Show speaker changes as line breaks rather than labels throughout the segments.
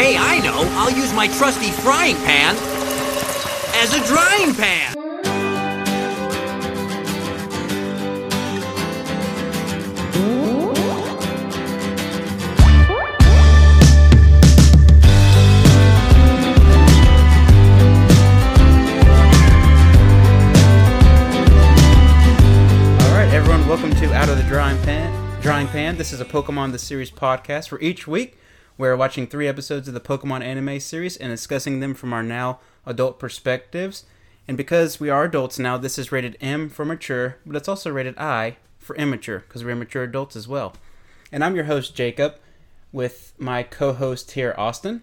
Hey, I know! I'll use my trusty frying pan as a drying pan!
All right, everyone, welcome to Out of the Drying Pan. Drying Pan. This is a Pokemon the Series podcast where each week we're watching three episodes of the Pokemon anime series and discussing them from our now adult perspectives. And because we are adults now, this is rated M for mature, but it's also rated I for immature because we're immature adults as well. And I'm your host Jacob, with my co-host here Austin.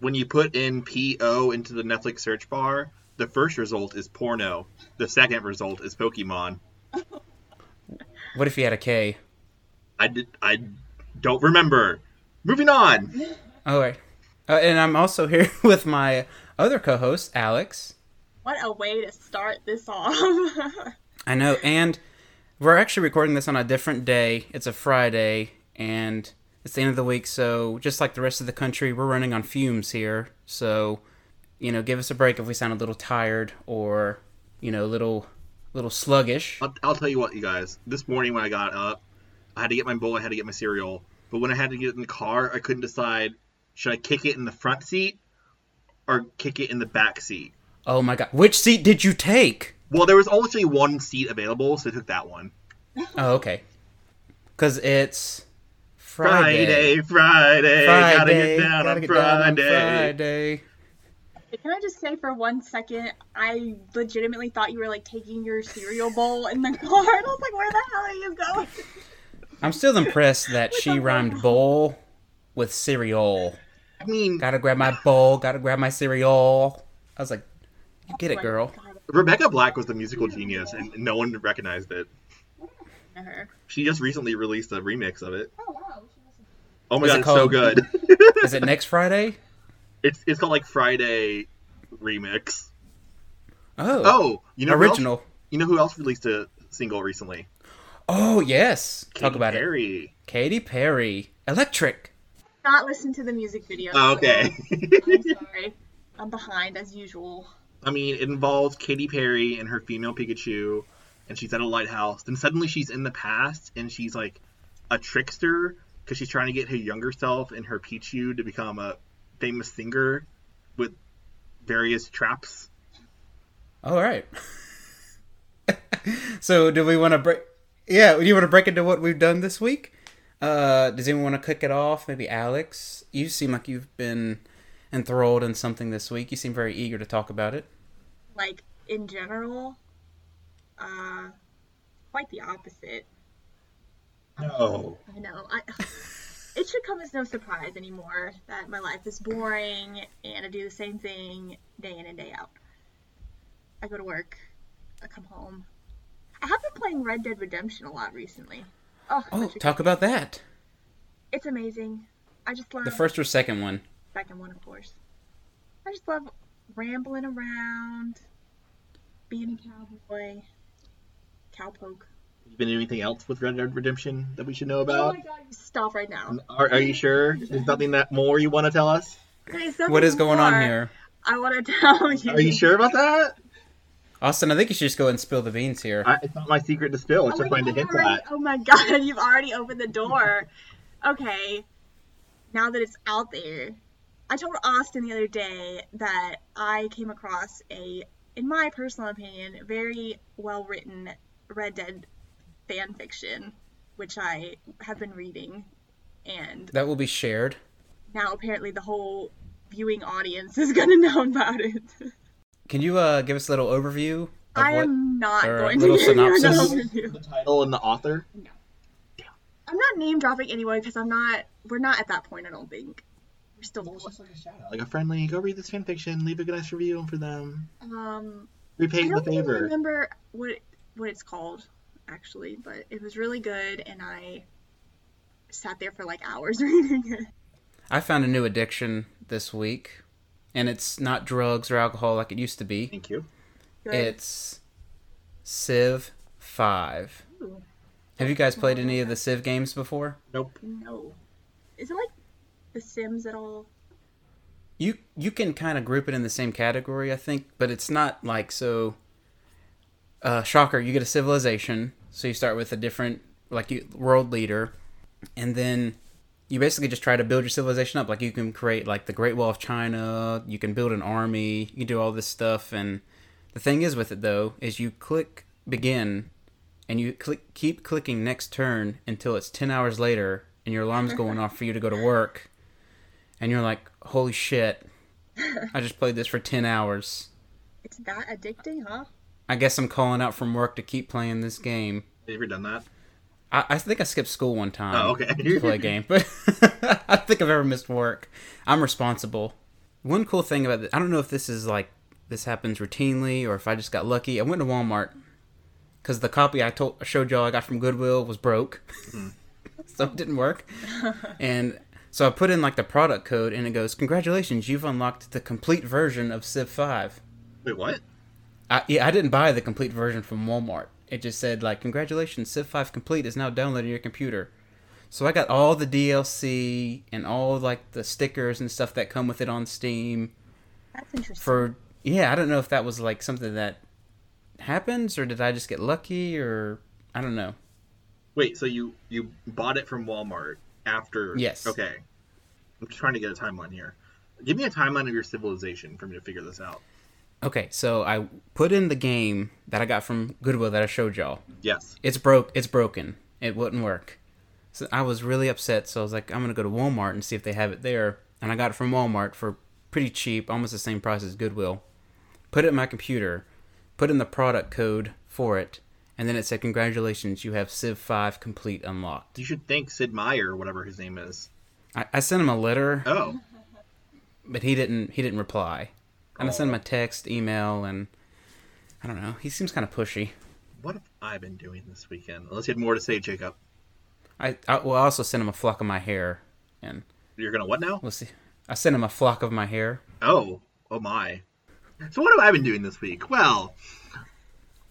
when you put in PO into the Netflix search bar, the first result is porno. The second result is Pokemon.
What if you had a K?
I did, I don't remember. Moving on.
All right. Uh, and I'm also here with my other co-host Alex.
What a way to start this off.
I know, and we're actually recording this on a different day. It's a Friday, and it's the end of the week, so just like the rest of the country, we're running on fumes here. So, you know, give us a break if we sound a little tired or, you know, a little, little sluggish.
I'll, I'll tell you what, you guys. This morning when I got up, I had to get my bowl. I had to get my cereal. But when I had to get in the car, I couldn't decide should I kick it in the front seat or kick it in the back seat.
Oh my god, which seat did you take?
Well, there was only one seat available, so I took that one.
Oh, okay. Because it's Friday.
Friday, Friday, gotta get down,
gotta
on,
get down on
Friday.
Friday.
Can I just say for one second, I legitimately thought you were like taking your cereal bowl in the car, and I was like, where the hell are you going?
I'm still impressed that she rhymed bowl with cereal.
I mean,
gotta grab my bowl, gotta grab my cereal. I was like, you get it,
Like,
girl.
God,
Rebecca Black was the musical genius, and no one recognized it.
I know her.
She just recently released a remix of it. Oh my
What's
god,
it
it's so
called?
good.
Is it next Friday?
it's it's called like Friday remix.
Oh,
Oh, you know Who else,
original.
you know who else released a single recently?
Oh, yes. Talk about it.
Perry.
Katy Perry. Electric.
Not listen to the music video.
Oh, okay.
I'm sorry. I'm behind as usual.
I mean, it involves Katy Perry and her female Pikachu, and she's at a lighthouse. Then suddenly she's in the past, and she's like a trickster because she's trying to get her younger self and her Pichu to become a famous singer with various traps.
All right. so, do we want to break? Yeah, do you want to break into what we've done this week? Uh, does anyone want to kick it off? Maybe Alex. You seem like you've been enthralled in something this week. You seem very eager to talk about it.
Like in general, uh, quite the opposite.
No.
I know. I, it should come as no surprise anymore that my life is boring and I do the same thing day in and day out. I go to work, I come home. I have been playing Red Dead Redemption a lot recently. Oh,
Oh,
such a-
talk about that.
it's amazing. I just love
The first or second one?
second one, of course. I just love rambling around, being a cowboy, cowpoke.
You been anything else with Red Dead Redemption that we should know
Oh
about?
my god, you stop right now.
are, are you sure? There's nothing that more you want to tell us?
There's nothing
What is going on
more
here?
I want to tell you.
Are you sure about that?
Austin, I think you should just go and spill the beans here.
I, it's not my secret to spill. It's
Oh
just
my
mine to
God,
hint
already-
at.
Oh my god, you've already opened the door. Okay. Now that it's out there. I told Austin the other day that I came across a, in my personal opinion, very well written Red Dead fan fiction, which I have been reading. And
That will be shared.
now apparently the whole viewing audience is going to know about it.
Can you uh, give us a little overview? Of
I am not
or a
going to
little
give you an
synopsis?
overview.
The title and the author.
I'm not name dropping anyone because I'm not. We're not at that point. I don't think. We're still.
Like a friendly, go read this fanfiction, leave a nice review for them.
Um, I
Repay the
don't even
favor.
remember what it- what it's called actually, but it was really good, and I sat there for like hours reading it.
I found a new addiction this week, and it's not drugs or alcohol like it used to be.
Thank you.
Good.
It's Civ 5.
Ooh,
Have you guys played any of the Civ games before?
Nope.
no. Is it like The Sims at all?
you you can kind of group it in the same category, I think, but it's not like so. Uh, shocker! You get a civilization, so you start with a different like you, world leader, and then you basically just try to build your civilization up. Like you can create like the Great Wall of China, you can build an army, you can do all this stuff. And the thing is with it though is you click begin, and you click keep clicking next turn until it's ten hours later, and your alarm's going off for you to go to work, and you're like, holy shit, I just played this for ten hours.
It's that addicting, huh?
I guess I'm calling out from work to keep playing this game.
Have you ever done that?
I, I think I skipped school one time
Oh, okay.
to play a game, but I don't think I've ever missed work. I'm responsible. One cool thing about this, I don't know if this is like this happens routinely or if I just got lucky. I went to Walmart because the copy I told I showed y'all I got from Goodwill was broke,
Hmm.
so it didn't work. and so I put in like the product code, and it goes, "Congratulations, you've unlocked the complete version of Civ 5."
Wait, what?
I, yeah, I didn't buy the complete version from Walmart. It just said like, "Congratulations, Civ 5 Complete is now downloaded to your computer." So I got all the DLC and all like the stickers and stuff that come with it on Steam
That's interesting.
for yeah. I don't know if that was like something that happens or did I just get lucky or I don't know.
Wait, so you you bought it from Walmart after?
Yes.
Okay. I'm just trying to get a timeline here. Give me a timeline of your civilization for me to figure this out.
Okay, so I put in the game that I got from Goodwill that I showed y'all.
Yes.
It's broke. It's broken. It wouldn't work. So I was really upset. So I was like, I'm gonna go to Walmart and see if they have it there. And I got it from Walmart for pretty cheap, almost the same price as Goodwill. Put it in my computer. Put in the product code for it, and then it said, "Congratulations, you have Civ 5 complete unlocked."
You should thank Sid Meier, or whatever his name is.
I, I sent him a letter,
Oh,
but he didn't. He didn't reply. And I sent him a text, email, and I don't know. He seems kind of pushy.
what have I been doing this weekend? Unless you had more to say, Jacob.
I, I well, I also sent him a flock of my hair, and
You're gonna what now?
we'll see. I sent him a flock of my hair.
Oh, oh my. So what have I been doing this week? Well,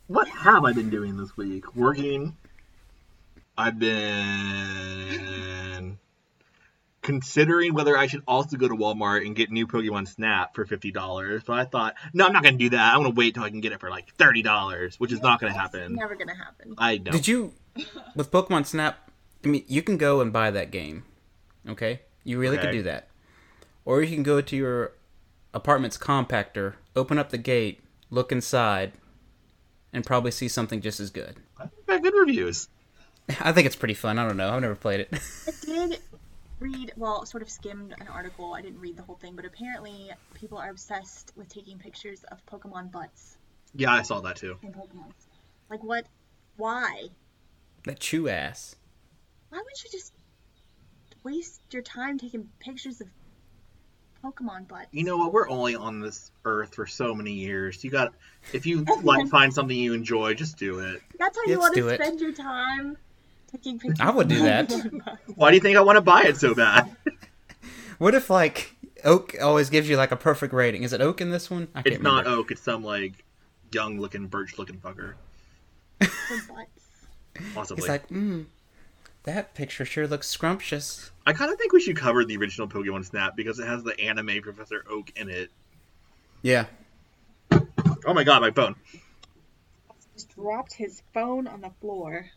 what have I been doing this week? Working. I've been considering whether I should also go to Walmart and get new Pokemon Snap for fifty dollars, but I thought, no, I'm not gonna do that. I want to wait till I can get it for like thirty dollars, which is not gonna happen.
Never gonna happen.
I know.
Did you with Pokemon Snap? I mean, you can go and buy that game. Okay, you really could
Okay.
do that, or you can go to your apartment's compactor, open up the gate, look inside, and probably see something just as good.
I got good reviews.
I think it's pretty fun. I don't know. I've never played it.
did read well sort of skimmed an article i didn't read the whole thing but apparently people are obsessed with taking pictures of pokemon butts
Yeah, I saw that too.
in pokemon like what why
that chew ass.
why would you just waste your time taking pictures of pokemon butts
you know what we're only on this earth for so many years you got if you like find something you enjoy just do it
that's how you
Let's
want
do
to
it.
spend your time taking pictures
I would
of
do that.
Pokemon butts.
why do you think i want to buy it so bad
What if like Oak always gives you like a perfect rating? Is it Oak in this one? I
it's not
remember.
oak it's some like young looking birch looking fucker
For butts
possibly
He's like, mm, that picture sure looks scrumptious.
i kind of think we should cover the original pokemon snap because it has the anime professor oak in it
Yeah.
oh my god my phone
just dropped his phone on the floor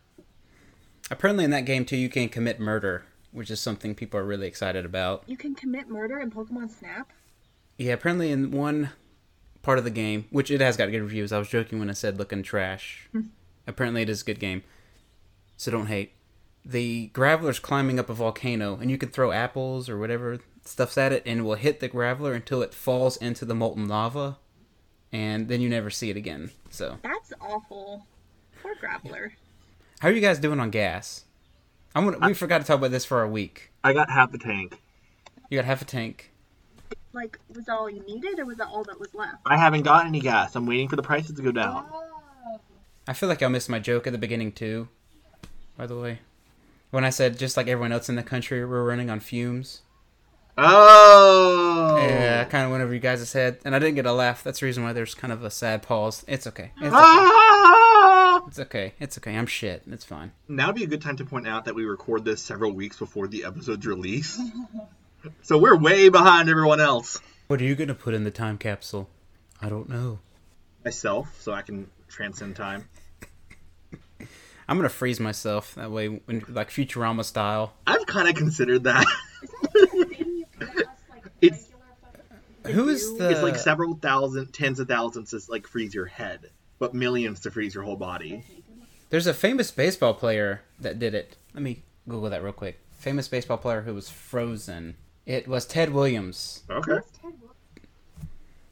Apparently, in that game too, you can commit murder, which is something people are really excited about.
you can commit murder in pokemon snap
Yeah, apparently in one part of the game, which it has got good reviews. I was joking when I said looking trash. apparently, it is a good game, so don't hate. The graveler's climbing up a volcano, and you can throw apples or whatever stuffs at it, and it will hit the graveler until it falls into the molten lava, and then you never see it again. So,
That's awful. Poor grappler.
how are you guys doing on gas? I'm gonna, we forgot to talk about this for a week.
i got half the tank
You got half a tank.
Like, was that all you needed, or was that all that was left?
i haven't got any gas i'm waiting for the prices to go down
I feel like I missed my joke at the beginning too. By the way, when I said just like everyone else in the country, we're running on fumes.
oh
Yeah, I kind of went over you guys' head, and I didn't get a laugh. That's the reason why there's kind of a sad pause. It's okay. It's okay.
Ah!
It's okay. It's okay. I'm shit. It's fine.
Now would be a good time to point out that we record this several weeks before the episode's release. so we're way behind everyone else.
What are you gonna put in the time capsule? I don't know.
myself so I can transcend time.
I'm gonna freeze myself that way, when, like Futurama style.
I've kind of considered that. It's-
it's
Who is the?
it's like several thousand, tens of thousands to like freeze your head, but millions to freeze your whole body.
There's a famous baseball player that did it. Let me Google that real quick. Famous baseball player who was frozen. It was Ted Williams.
Okay.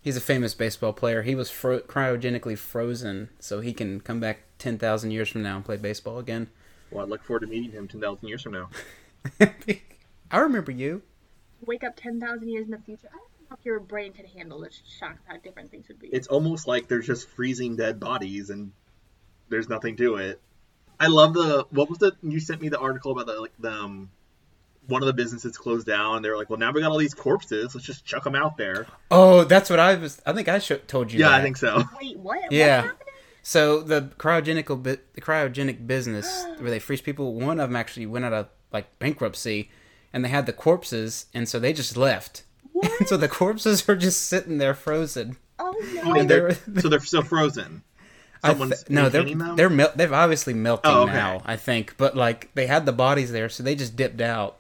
He's a famous baseball player. He was fro- cryogenically frozen, so he can come back 10,000 years from now and play baseball again.
Well, I look forward to meeting him 10,000 years from now.
I remember you.
Wake up 10,000 years in the future. I don't know if your brain can handle the shock of how different things would be.
It's almost like they're just freezing dead bodies and there's nothing to it. I love the what was the you sent me the article about the like the um, one of the businesses closed down. They were like, well, now we got all these corpses. Let's just chuck them out there.
Oh, that's what I was. I think I sho told you.
Yeah, I
that.
think so.
Wait, what?
Yeah.
What's happening?
So the cryogenical bu- the cryogenic business where they freeze people, one of them actually went out of like bankruptcy, and they had the corpses, and so they just left.
What?
so the corpses are just sitting there frozen.
Oh no.
Wait, they're,
they're-
so they're so frozen.
I
Someone's
thi- no, they're
maintaining them?
they're mel- they're obviously melting
Oh, okay.
now. I think, but like they had the bodies there, so they just dipped out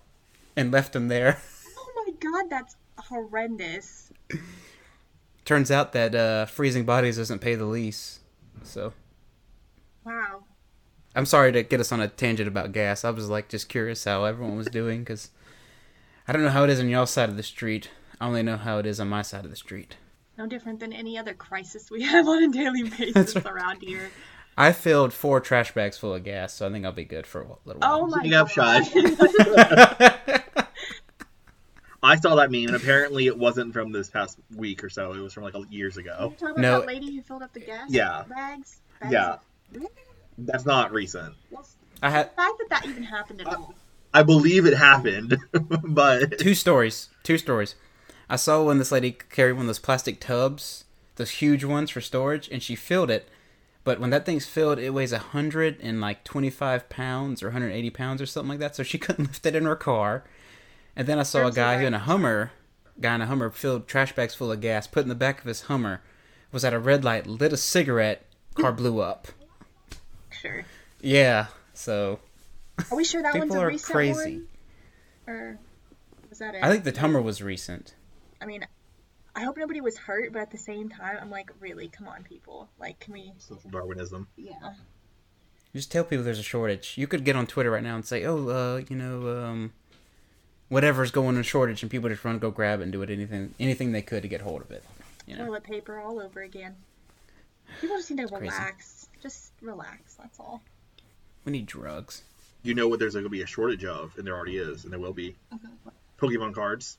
and left them there.
Oh my god, that's horrendous.
Turns out that uh, freezing bodies doesn't pay the lease. So
Wow.
I'm sorry to get us on a tangent about gas. I was like just curious how everyone was doing because I don't know how it is on y'all side of the street. I only know how it is on my side of the street.
No different than any other crisis we have on a daily basis around here.
I filled four trash bags full of gas, so I think I'll be good for a little
Oh
while.
my
Speaking of
god.
I saw that meme, and apparently it wasn't from this past week or so. It was from like years ago.
You're talking about
No.
that lady who filled up the gas
Yeah.
bags? bags?
Yeah,
Really?
that's not recent.
Well,
I had
the fact that that even happened
Uh,
at all.
I believe it happened, but
two stories. Two stories. I saw when this lady carried one of those plastic tubs, those huge ones for storage, and she filled it. But when that thing's filled, it weighs a hundred and like twenty-five pounds or hundred eighty pounds or something like that. So she couldn't lift it in her car. And then I saw a
That's
guy who
right.
in a Hummer, guy in a Hummer filled trash bags full of gas, put in the back of his Hummer, was at a red light, lit a cigarette, car blew up.
Sure.
Yeah. So
Are we sure that
people
one's a
are
recent
crazy.
one? Or was that it?
I think the Hummer was recent.
I mean, I hope nobody was hurt, but at the same time, I'm like, really, come on, people. Like, can we?
social Darwinism.
Yeah.
Just tell people there's a shortage. You could get on Twitter right now and say, "Oh, uh, you know, um, whatever's going on shortage," and people just run, go grab it, and do it anything anything they could to get hold of it. You know,
Toilet paper all over again. People just need to
crazy.
relax. Just relax. That's all.
we need drugs.
You know what? There's going to be a shortage of, and there already is, and there will be.
Mm-hmm.
Pokemon cards.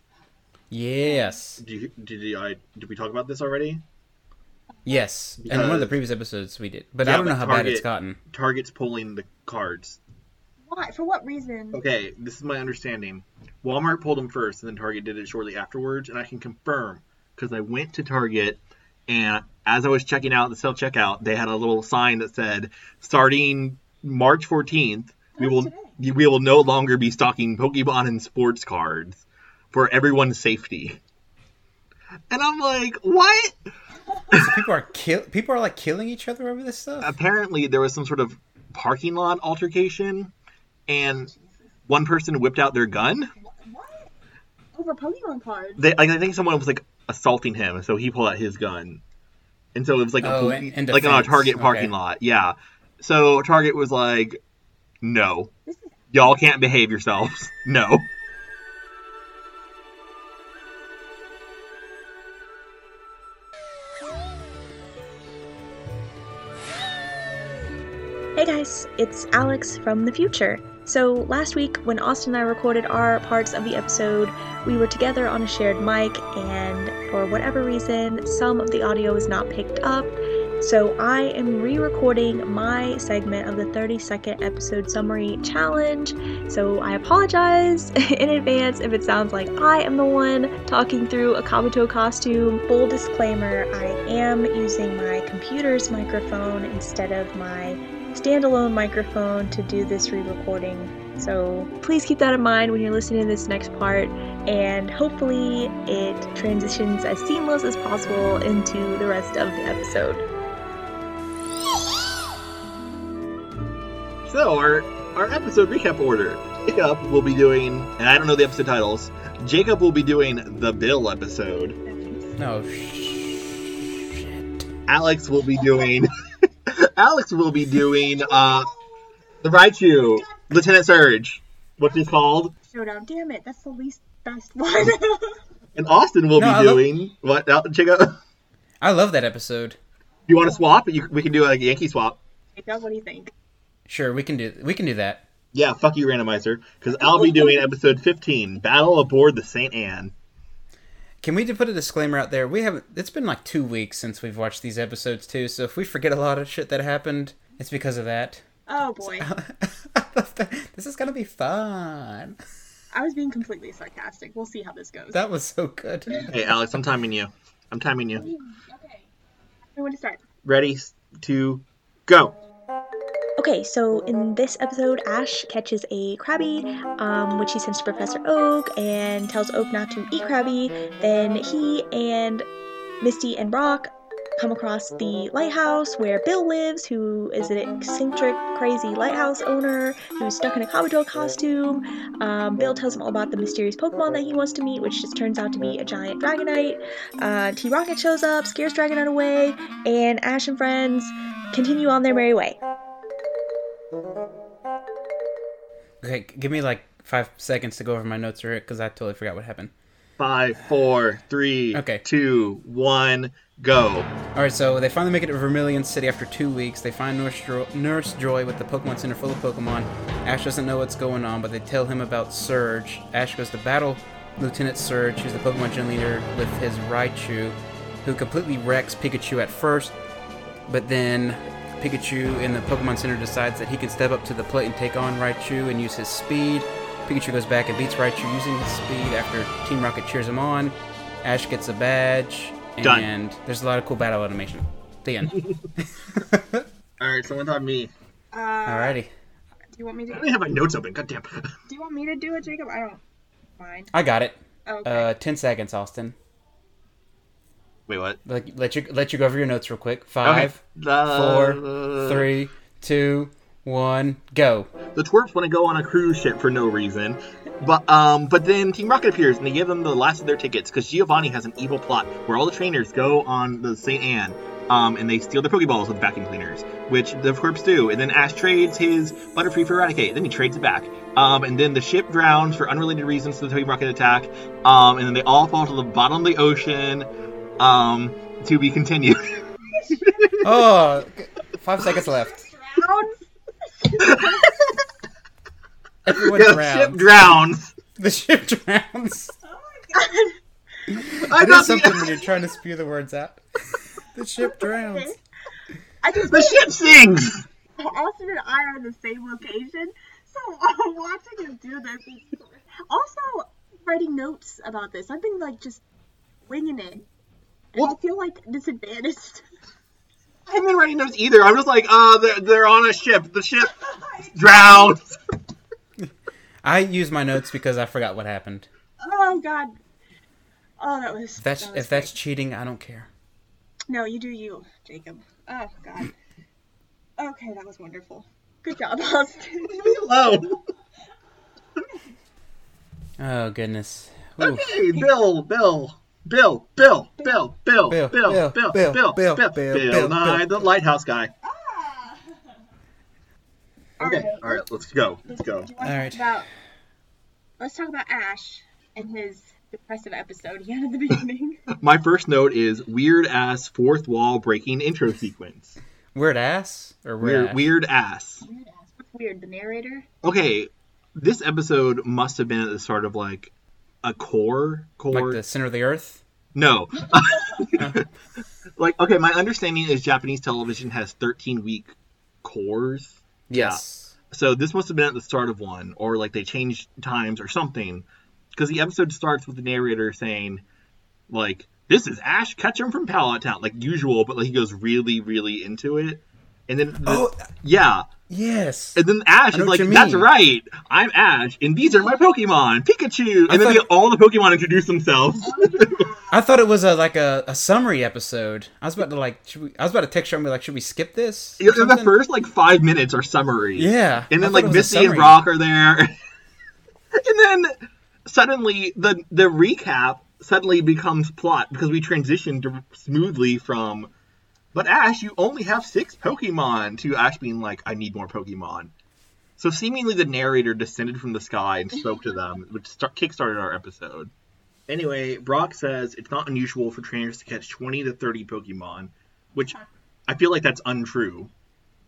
Yes,
Do you, did you, I did we talk about this already?
yes. And one of the
Because-
previous episodes we did, but
Yeah,
I don't
but
know how bad
Target-
it's gotten.
Target's pulling the cards.
Why? For what reason?
Okay, this is my understanding. Walmart pulled them first, and then Target did it shortly afterwards, and I can confirm because I went to Target, and as I was checking out the self checkout, they had a little sign that said, "Starting March 14th, we will we will no longer be stocking Pokemon and sports cards for everyone's safety." And I'm like, what?
people are kill. People are like killing each other over this stuff.
apparently there was some sort of parking lot altercation and one person whipped out their gun
What? Over Pokemon cards?
they, like, i think someone was like assaulting him so he pulled out his gun and so it was like a
Oh,
police,
in- in
like on a
defense.
target parking
Okay.
lot yeah so target was like no
This is
y'all can't behave yourselves no
Hey guys, it's Alex from the future. So, last week when Austin and I recorded our parts of the episode, we were together on a shared mic, and for whatever reason, some of the audio was not picked up. So, I am re recording my segment of the 30 second episode summary challenge. So, I apologize in advance if it sounds like I am the one talking through a Kabuto costume. Full disclaimer I am using my computer's microphone instead of my standalone microphone to do this re recording. So please keep that in mind when you're listening to this next part, and hopefully it transitions as seamless as possible into the rest of the episode.
So our our episode recap order. Jacob will be doing, and I don't know the episode titles. Jacob will be doing the Bill episode.
No. sh- Shit.
Alex will be doing. Alex will be doing uh, the Raichu Lieutenant Surge, which is called,
Showdown. Damn it, that's the least best
Oh.
one.
and Austin will
No, I
be
love-
doing what? Uh, Jacob,
I love that episode.
you want to swap? You, we can do like a Yankee swap.
Jacob, what do you think?
Sure, we can do we can do that.
Yeah, fuck you, randomizer, because I'll be doing episode 15, Battle aboard the Saint Anne.
Can we just put a disclaimer out there? We haven't. It's been like two weeks since we've watched these episodes too. So if we forget a lot of shit that happened, it's because of that.
Oh boy,
this is gonna be fun.
I was being completely sarcastic. We'll see how this goes.
That was so good.
Hey, Alex, I'm timing you. I'm timing you.
Okay, I want to start.
Ready to go.
Okay, so in this episode, Ash catches a Krabby, um, which he sends to Professor Oak and tells Oak not to eat Krabby. Then he and Misty and Rock come across the lighthouse where Bill lives, who is an eccentric, crazy lighthouse owner who's stuck in a Kabuto costume. Um, Bill tells him all about the mysterious Pokemon that he wants to meet, which just turns out to be a giant Dragonite. Uh, T Rocket shows up, scares Dragonite away, and Ash and friends continue on their merry way.
Okay, g- give me like five seconds to go over my notes, Rick, because I totally forgot what happened.
Five, four, three,
Okay.
two, one, go.
All right, so they finally make it to Vermilion City after two weeks. They find Nurse, Dro- Nurse Joy with the Pokemon Center full of Pokemon. Ash doesn't know what's going on, but they tell him about Surge. Ash goes to battle Lieutenant Surge, who's the Pokemon Gen leader, with his Raichu, who completely wrecks Pikachu at first, but then Pikachu in the Pokemon Center decides that he can step up to the plate and take on Raichu and use his speed. Pikachu goes back and beats Raichu using his speed after Team Rocket cheers him on. Ash gets a badge, and
Done.
there's a lot of cool battle automation. The end.
All right, someone on me.
Uh,
Alrighty.
Do you want me to?
I didn't have my notes open. Goddamn.
Do you want me to do it, Jacob? I don't mind.
I got it.
Okay.
Uh, 10 seconds, Austin.
Wait, what?
Let, let, you, let you go over your notes real quick. Five, four,
Uh,
three, two, one, go.
The twerps want to go on a cruise ship for no reason, but um, but then Team Rocket appears and they give them the last of their tickets because Giovanni has an evil plot where all the trainers go on the Saint Anne, um, and they steal the Pokeballs with vacuum cleaners, which the twerps do. And then Ash trades his Butterfree for Eradicate. Then he trades it back. Um, and then the ship drowns for unrelated reasons to the Team Rocket attack. Um, and then they all fall to the bottom of the ocean. Um, to be continued.
Oh, five seconds left.
Rounds?
Everyone
the ship
drowns.
drowns.
the ship drowns.
I
It is
thought
something
the,
when you're trying to spew the words out. the ship drowns.
I just
the ship sings.
Austin and I are in the same location, so watching him do this. Is... Also, writing notes about this. I've been like just winging it. And I feel like disadvantaged.
I haven't been writing notes either. I'm just like, uh, they're, they're on a ship. The ship drowns.
I use my notes because I forgot what happened.
Oh God. Oh, that was.
If that's
that was
if that's cheating, I don't care.
No, you do you, Jacob. Oh God. Okay, that was wonderful. Good job, Austin.
Hello.
Oh goodness. Oof.
Okay, Bill, Bill. Bill, Bill, Bill, Bill, Bill,
Bill, Bill,
Bill, Bill,
Bill,
Bill, Bill,
Bill,
Bill,
Bill, Bill,
Nye,
Bill.
the lighthouse guy.
All
Okay,
right.
all right, let's go, let's go.
All
All right.
About, let's talk about Ash and his depressive episode he had at the beginning.
My first note is weird ass fourth wall breaking intro sequence.
Weird ass or weird.
Weird,
ass?
weird ass.
What's weird? The narrator.
Okay, this episode must have been at the start of like a core,
Like
core
the center of the earth.
No. like, okay, my understanding is Japanese television has 13 week cores.
Yes.
So this must have been at the start of one, or like they changed times or something. Because the episode starts with the narrator saying, like, this is Ash Ketchum from Pallet Town, like usual, but like he goes really, really into it. And then, the,
Oh,
yeah.
Yes.
And then
I
Ash is
know what
like,
you
"That's
mean."
right, I'm Ash, and these are my Pokemon, Pikachu." And
I
then
thought-
they, all the Pokemon introduce themselves.
I thought it was a like a, a summary episode. I was about to like, should we, I was about to text her and be like, should we skip this? or
You know, the
something?
first like five minutes are summary.
Yeah. I
And then
thought
like
it was a
Misty and
summary.
Brock are there. and then suddenly the the recap suddenly becomes plot because we transitioned dir- smoothly from but Ash, you only have six Pokemon to Ash being like, I need more Pokemon. So seemingly the narrator descended from the sky and spoke to them, which start, kickstarted our episode. Anyway, Brock says it's not unusual for trainers to catch 20 to 30 Pokemon, which I feel like that's untrue.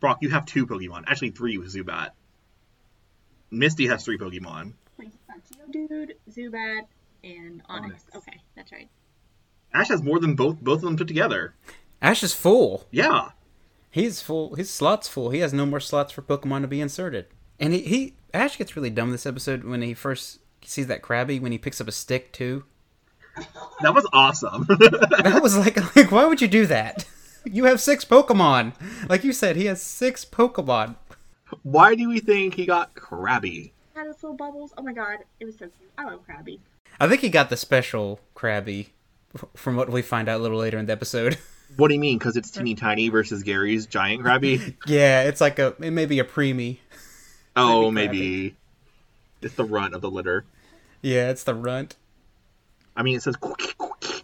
Brock, you have two Pokemon. Actually, three with Zubat. Misty has three Pokemon.
Wait, it's not Geodude, Zubat, and Onyx. Okay, that's right.
Ash has more than both both of them put together.
Ash is full.
Yeah.
He's full. His slot's full. He has no more slots for Pokemon to be inserted. And he, he Ash gets really dumb this episode when he first sees that Krabby when he picks up a stick too.
That was awesome.
That was like, like why would you do that? You have six Pokemon. Like you said, he has six Pokemon.
Why do we think he got Krabby?
Had its little bubbles. Oh my god, it was so cute. I love Krabby.
I think he got the special Krabby, f- from what we find out a little later in the episode.
What do you mean? Because it's teeny tiny versus Gary's giant Krabby?
yeah, it's like a it may be a preemie.
Oh, maybe. It's the runt of the litter.
Yeah, it's the runt.
I mean, it says "Quack, quack, quack."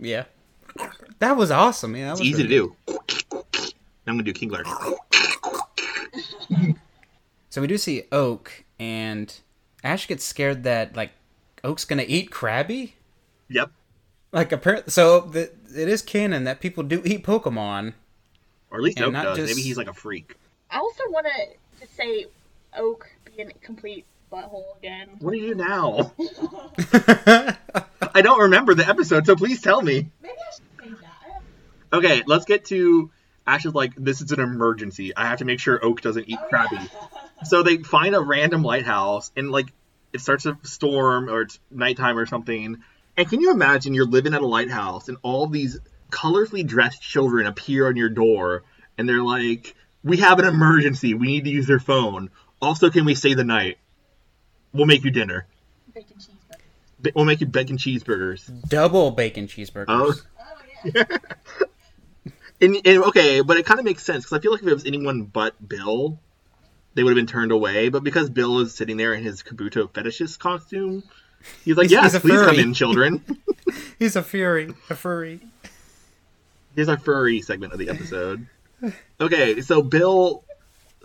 Yeah, that was awesome. Yeah, that
it's
was
easy to
really good.
do. Quack, quack, quack. I'm gonna do Kingler.
So we do see Oak, and Ash gets scared that like Oak's gonna eat Krabby.
Yep.
Like apparently, so the, it is canon that people do eat Pokemon.
Or at least
And
Oak
not
does.
just-
Maybe he's like a freak.
I also want to just say Oak being a complete butthole again.
What do you do now? I don't remember the episode, so please tell me.
Maybe I should say that.
Okay, let's get to Ash is like, this is an emergency. I have to make sure Oak doesn't eat Krabby. So they find a random lighthouse and like it starts a storm or it's nighttime or something. And can you imagine you're living at a lighthouse and all these colorfully dressed children appear on your door and they're like, We have an emergency, we need to use your phone. Also, can we stay the night? We'll make you dinner.
Bacon cheeseburger.
Ba- We'll make you bacon cheeseburgers.
Double bacon cheeseburgers.
Oh. and, and okay, but it kind of makes sense because I feel like if it was anyone but Bill, they would have been turned away. But because Bill is sitting there in his Kabuto fetishist costume, he's like,
He's-
"Yes,
he's a
please come
furry."
in, children."
He's a fury, a furry.
Here's our furry segment of the episode. Okay, so Bill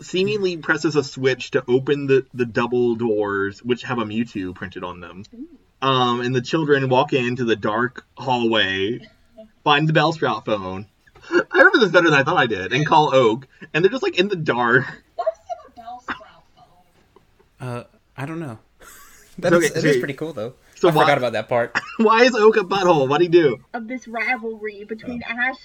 seemingly presses a switch to open the, the double doors, which have a Mewtwo printed on them. Um, and the children walk into the dark hallway, find the Bellsprout phone. I remember this better than I thought I did, and call Oak. And they're just like in the dark.
What's in a bell sprout phone?
Uh, I don't know. That is
Okay,
it is
so-
pretty cool though.
so
I
why-
forgot about that part.
Why is Oak a butthole? What'd he do?
of this rivalry between Ash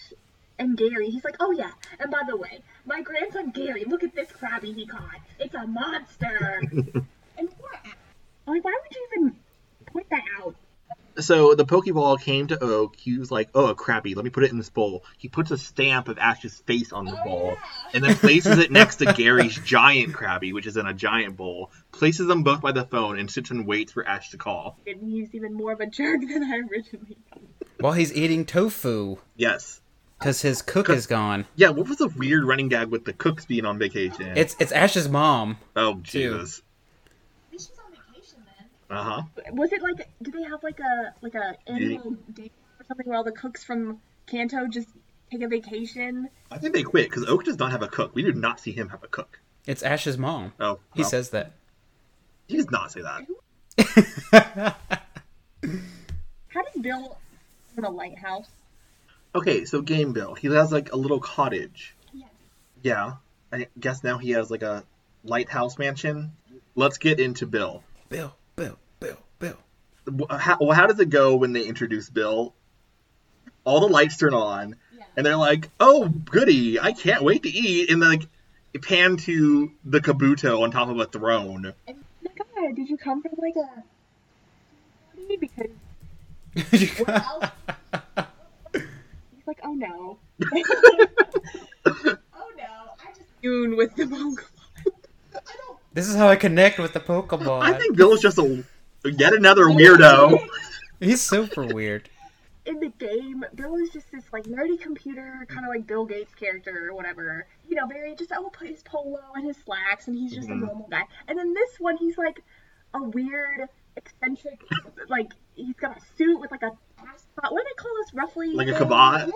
and Gary. He's like, oh yeah, and by the way, my grandson Gary, look at this crabby he caught. It's a monster. and poor Ash. Like, why would you even point that out?
So the Pokeball came to Oak. He was like, "Oh, a crappie. Let me put it in this bowl." He puts a stamp of Ash's face on the bowl, and then places it next to Gary's giant crappie, which is in a giant bowl. Places them both by the phone and sits and waits for Ash to call.
And he's even more of a jerk than I originally thought.
While he's eating tofu,
Yes.
because his cook is gone.
Yeah. What was the weird running gag with the cooks being on vacation?
It's it's Ash's mom.
oh Jesus.
She's on vacation then.
Uh huh.
Was it like, do they have like a like a annual day or something where all the cooks from Kanto just take a vacation?
I think they quit because Oak does not have a cook. We do not see him have a cook.
It's Ash's mom.
Oh,
he
well.
says that.
He does not say that.
How did Bill own a lighthouse?
Okay, so Game Bill. He has like a little cottage. Yeah. I guess now he has like a lighthouse mansion. Let's get into Bill.
Bill, Bill, Bill, Bill.
Wh- How, well, how does it go when they introduce Bill? All the lights turn on, and they're like, "Oh, goody! I can't wait to eat!" And like, pan to the Kabuto on top of a throne.
Oh my god, did you come from like a party? Because he's like, oh no.
Oh no, I just
Tune with the
This is how I connect with the Pokemon.
I think Bill is just a yet another weirdo.
He's super weird.
in the game, Bill is just this like nerdy computer, kind of like Bill Gates character or whatever. You know, very just oh, put his polo and his slacks, and he's just
Mhm.
a normal guy. And then this one, he's like a weird, eccentric, like he's got a suit with like a ascot. What do they call this roughly?
Like a kabot.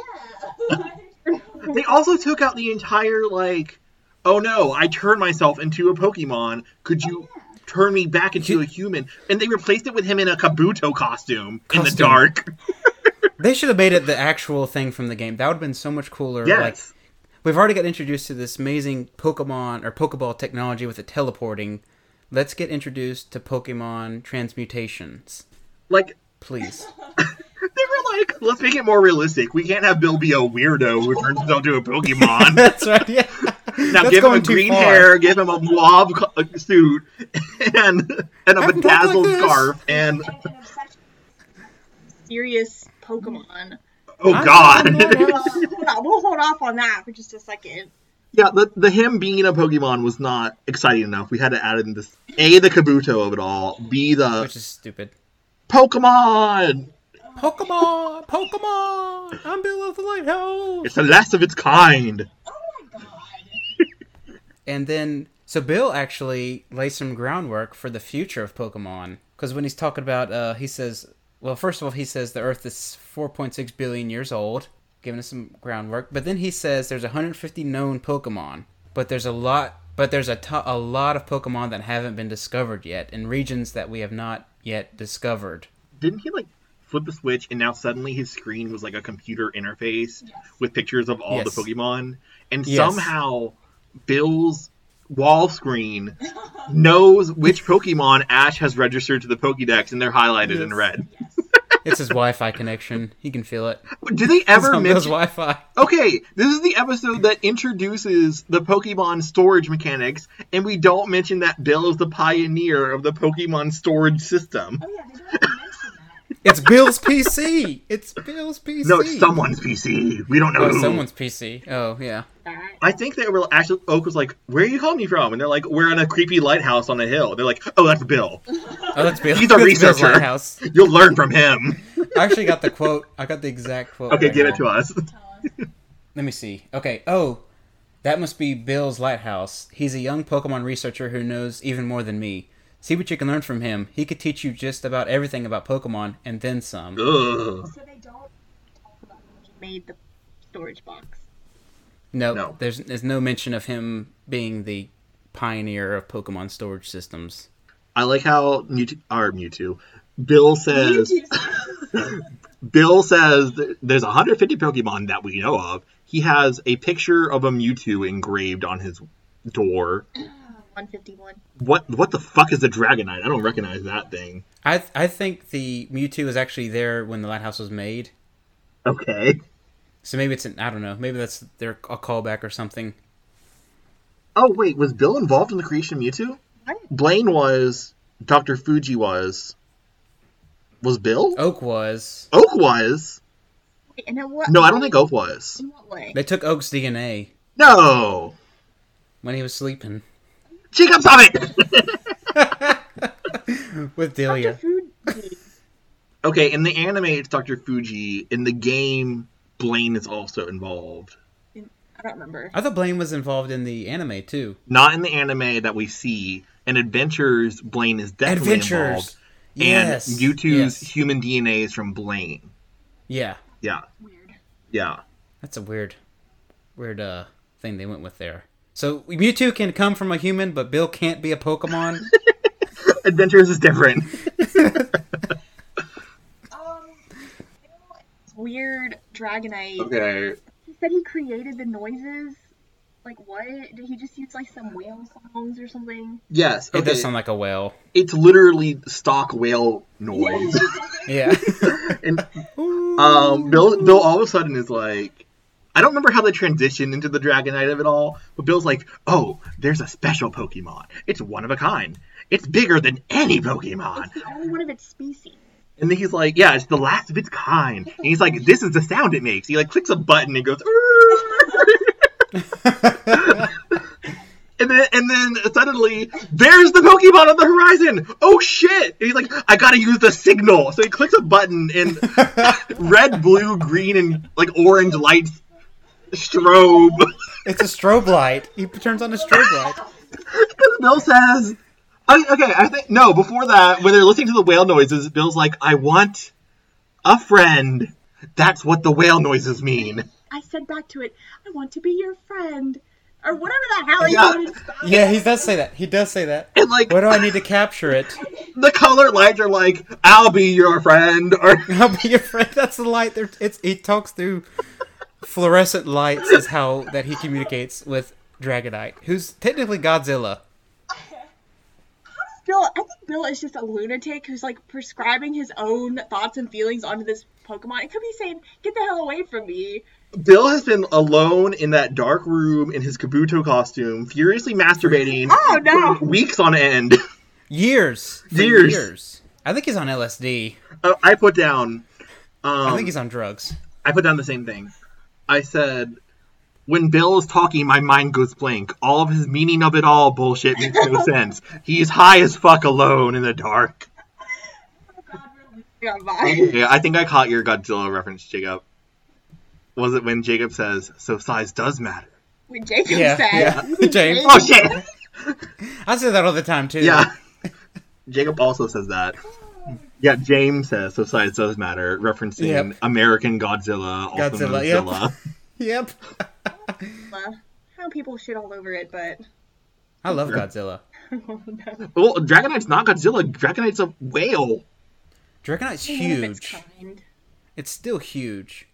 Yeah.
They also took out the entire like, oh no, I turned myself into a Pokemon. Could you turn me back into a human? And they replaced it with him in a Kabuto costume, in the
Costume.
dark.
They should have made it the actual thing from the game. That would have been so much cooler. Like
Yes,
we've already got introduced to this amazing Pokemon or Pokeball technology with the teleporting. Let's get introduced to Pokemon transmutations,
like
please.
they were like, let's make it more realistic. We can't have Bill be a weirdo who turns himself into a Pokemon.
That's right. Yeah.
Now
That's
give him a
going too
green
far.
hair, give him a blob co- uh, suit, and and a
Have him look
bedazzled
like this.
scarf, and
An obsession.
serious Pokemon.
oh
I'm
god.
not-
Well, hold on, we'll hold off on that for just a second.
Yeah, the, the him being a Pokemon was not exciting enough. We had to add in this A, the Kabuto of it all, B, the
Which is stupid.
Pokemon!
Pokemon, Pokemon. I'm Bill of the Lighthouse.
It's the last of its kind.
And then, so Bill actually lays some groundwork for the future of Pokemon. Because when he's talking about, uh, he says, well, first of all, he says the Earth is 4.6 billion years old, giving us some groundwork. But then he says there's 150 known Pokemon, but there's a lot, but there's a to- a lot of Pokemon that haven't been discovered yet in regions that we have not yet discovered.
Didn't he, like, flip a switch and now suddenly his screen was like a computer interface with pictures of all
Yes.
the Pokemon? And
Yes.
somehow Bill's wall screen knows which Pokemon Ash has registered to the Pokedex and they're highlighted in
Yes.
red.
It's his Wi-Fi connection. He can feel it.
Did they
It's
ever
on Bill's
mention
Wi-Fi.
Okay, this is the episode that introduces the Pokemon storage mechanics, and we don't mention that Bill is the pioneer of the Pokemon storage system.
Oh yeah, they don't even mention that.
It's Bill's PC. It's Bill's PC.
No, it's someone's PC. We don't know
Oh,
who.
someone's PC. Oh, yeah.
That
I think they were actually Oak was like, "Where are you calling me from?" And they're like, "We're in a creepy lighthouse on a hill." They're like, "Oh, that's Bill.
Oh, that's Bill.
He's a
that's Bill's
researcher.
lighthouse.
You'll learn from him."
I actually got the quote. I got the exact quote.
Okay,
right
give
now.
it to us.
Let me see. Okay. Oh, that must be Bill's lighthouse. He's a young Pokemon researcher who knows even more than me. See what you can learn from him. He could teach you just about everything about Pokemon and then some.
Ugh.
So they don't talk about it.
made the storage box.
No,
No.
there's there's no mention of him being the pioneer of Pokemon storage systems.
I like how Mewtwo, or Mewtwo, Bill says.
Mewtwo's-
Bill says th- there's 150 Pokemon that we know of. He has a picture of a Mewtwo engraved on his door.
151.
What what the fuck is a Dragonite? I don't recognize that thing.
I th- I think the Mewtwo was actually there when the lighthouse was made.
Okay.
So maybe it's an I don't know. Maybe that's their a callback or something.
Oh wait, was Bill involved in the creation of Mewtwo?
What?
Blaine was. Dr. Fuji was. Was Bill?
Oak was.
Oak was.
Wait, and then what?
No, I don't think Oak was.
In what way?
They took Oak's DNA
No.
when he was sleeping
Jacob, stop it.
with
Dr.
Delia.
Fuji.
okay, in the anime it's Dr. Fuji. In the game, Blaine is also involved.
I don't remember.
I thought Blaine was involved in the anime too.
not in the anime that we see. In Adventures, Blaine is definitely involved,
Adventures. Yes.
and Mewtwo's
Yes.
human DNA is from Blaine.
Yeah,
Yeah,
Weird.
yeah.
that's a weird, weird uh thing they went with there. So Mewtwo can come from a human, but Bill can't be a Pokemon.
Adventures is different.
um,
It's weird Dragonite.
okay,
He said he created the noises. Like what? Did he just use like some whale songs or something?
yes,
It
okay.
does sound like a whale.
it's literally stock whale noise.
Yeah.
and um, Bill, Bill, all of a sudden is like, I don't remember how they transitioned into the Dragonite of it all, but Bill's like, oh, there's a special Pokemon. It's one of a kind. It's bigger than any Pokemon.
It's the only one of its species.
And then he's like, yeah, it's the last of its kind. And he's like, this is the sound it makes. He like clicks a button and goes, "Err." And then, and then suddenly, there's the Pokemon on the horizon. Oh shit! And he's like, I gotta use the signal. So he clicks a button, and red, blue, green, and like orange lights strobe.
It's a strobe light. He turns on a strobe light.
Because Bill says, I, okay, I think, no, before that, when they're listening to the whale noises, Bill's like, I want a friend. That's what the whale noises mean.
I said back to it, I want to be your friend. Or whatever the hell he
Yeah.
wanted.
Yeah, he does say that. He does say that.
And like,
Where do I need to capture it?
the color lights are like, I'll be your friend. Or,
I'll be your friend. That's the light. There, it's he talks through fluorescent lights is how that he communicates with Dragonite, who's technically Godzilla.
Bill, I think Bill is just a lunatic who's like prescribing his own thoughts and feelings onto this Pokemon. It could be saying, get the hell away from me.
Bill has been alone in that dark room in his Kabuto costume, furiously masturbating
Oh, no.
for weeks on end.
Years, For
Years.
years. I think he's on LSD.
Uh, I put down. Um,
I think he's on drugs.
I put down the same thing. I said, when Bill is talking, my mind goes blank. All of his meaning of it all bullshit makes no sense. He's high as fuck alone in the dark.
Yeah, bye.
Yeah, I think I caught your Godzilla reference, Jacob. Was it when Jacob says, so size does matter?
When Jacob
Yeah,
said,
yeah. James.
Oh, shit!
I say that all the time too.
Yeah. Jacob also says that. Yeah, James says, so size does matter, referencing
Yep.
American Godzilla, also
Godzilla,
Godzilla,
yep.
Godzilla.
Yep.
uh, how people shit all over it, but.
I love Godzilla.
Well, Dragonite's not Godzilla. Dragonite's a whale.
Dragonite's
One of its
huge.
kind.
It's still huge.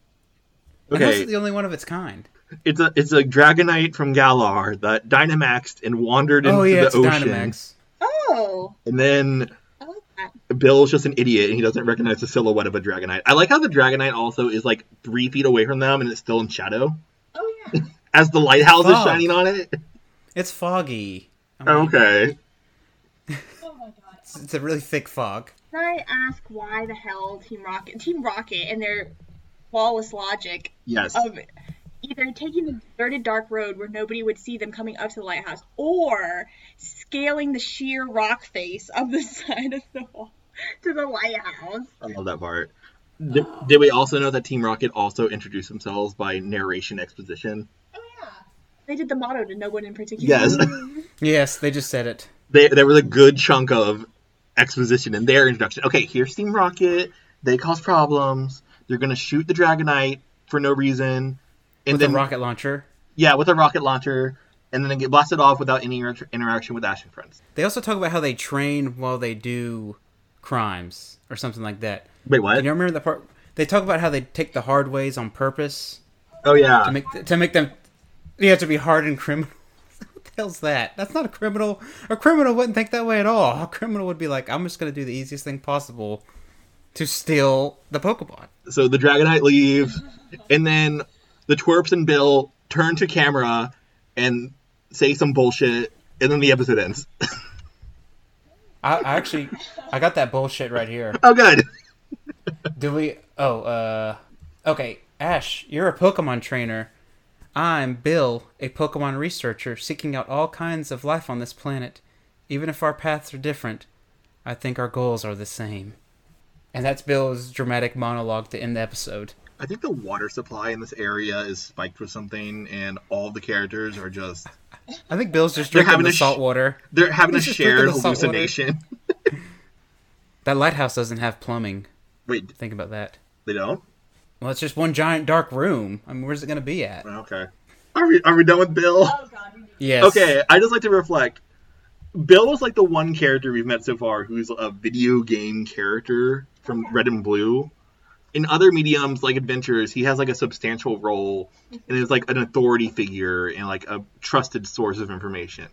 And this
Okay,
is the only one of its kind.
It's a it's a dragonite from Galar that Dynamaxed and wandered into
Oh yeah,
the
it's
ocean.
Dynamax.
Oh,
And then
I like that.
Bill's just an idiot and he doesn't recognize the silhouette of a dragonite. I like how the dragonite also is like three feet away from them and it's still in shadow
Oh, yeah.
as the lighthouse is
Fuck.
shining on it.
It's foggy. I mean,
Okay,
Oh my god.
it's- It's a really thick fog.
Can I ask why the hell Team Rocket, Team Rocket, and their lawless logic
yes,
of either taking the deserted dark road where nobody would see them coming up to the lighthouse, or scaling the sheer rock face of the side of the wall to the lighthouse.
I love that part. Did, did we also know that Team Rocket also introduced themselves by narration exposition?
Oh yeah.
They did the motto to no one in particular.
Yes,
Yes, they just said it.
they, there was a good chunk of exposition in their introduction. Okay, here's Team Rocket. They cause problems. They're gonna shoot the Dragonite for no reason, and
With
then
the rocket launcher.
yeah, with a rocket launcher, and then they get blasted off without any inter- interaction with Ash and friends.
They also talk about how they train while they do crimes or something like that.
Wait,
Do
what?
you remember that part? They talk about how they take the hard ways on purpose
Oh
to
yeah,
make to make them. You have to be hardened criminals. what the hell's that? That's not a criminal. A criminal wouldn't think that way at all. A criminal would be like, I'm just gonna do the easiest thing possible to steal the Pokemon.
so the Dragonite leaves, and then the twerps and Bill turn to camera and say some bullshit, and then the episode ends.
I, I actually, I got that bullshit right here.
oh good.
Do we? Oh, uh, okay. Ash, you're a Pokemon trainer. I'm Bill, a Pokemon researcher seeking out all kinds of life on this planet. Even if our paths are different, I think our goals are the same. And that's Bill's dramatic monologue to end the episode.
I think the water supply in this area is spiked with something, and all the characters are just
I think Bill's just
They're
drinking
having
the
a sh-
salt water.
They're having a
This is freaking
shared
assault water.
hallucination.
That lighthouse doesn't have plumbing.
Wait,
Think about that.
they don't?
Well, it's just one giant dark room. I mean, where's it gonna be at?
Okay. Are we are we done with Bill?
Oh god. We need
Yes.
Okay, I just like to reflect. Bill was like the one character we've met so far who's a video game character from Red and Blue. In other mediums like adventures, he has like a substantial role and is like an authority figure and like a trusted source of information.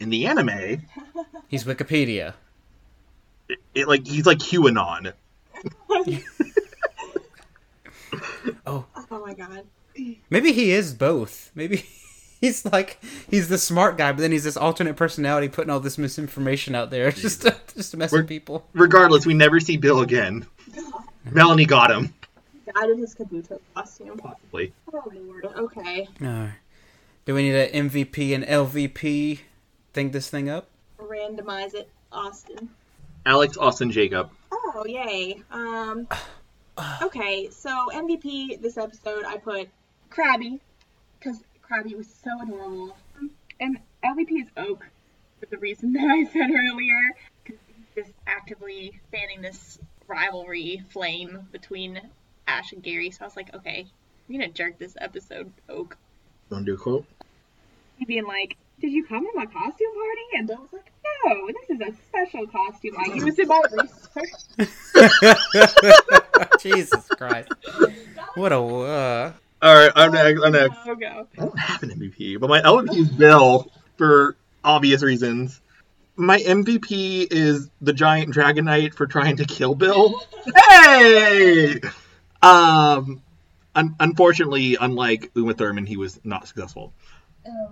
In the anime,
He's Wikipedia.
it like he's like QAnon.
Oh,
Oh my god.
Maybe he is both. Maybe he's like he's the smart guy, but then he's this alternate personality putting all this misinformation out there just to, just to mess
We're-
with people.
Regardless, we never see Bill again. Melanie got him.
Died in his Kabuto costume.
Possibly.
Oh lord. Okay.
No. Do we need an MVP and LVP? Think this thing up.
Randomize it, Austin.
Alex, Austin, Jacob.
Oh, yay. Um, okay, so MVP this episode, I put Krabby, because Krabby was so adorable. And LVP is Oak, for the reason that I said earlier, because he's just actively fanning this rivalry flame between Ash and Gary. So I was like, okay, you're going to jerk this episode, Oak.
Don't do a quote.
He being like, did you come to my costume party? And I was like, no, this is a special costume I used in my research.
Jesus Christ! What a uh,
All right, I'm next. I'm next.
So go.
I don't have an MVP, but my MVP is Bill for obvious reasons. My MVP is the giant dragonite for trying to kill Bill. hey! Um, un- unfortunately, unlike Uma Thurman, he was not successful.
Oh,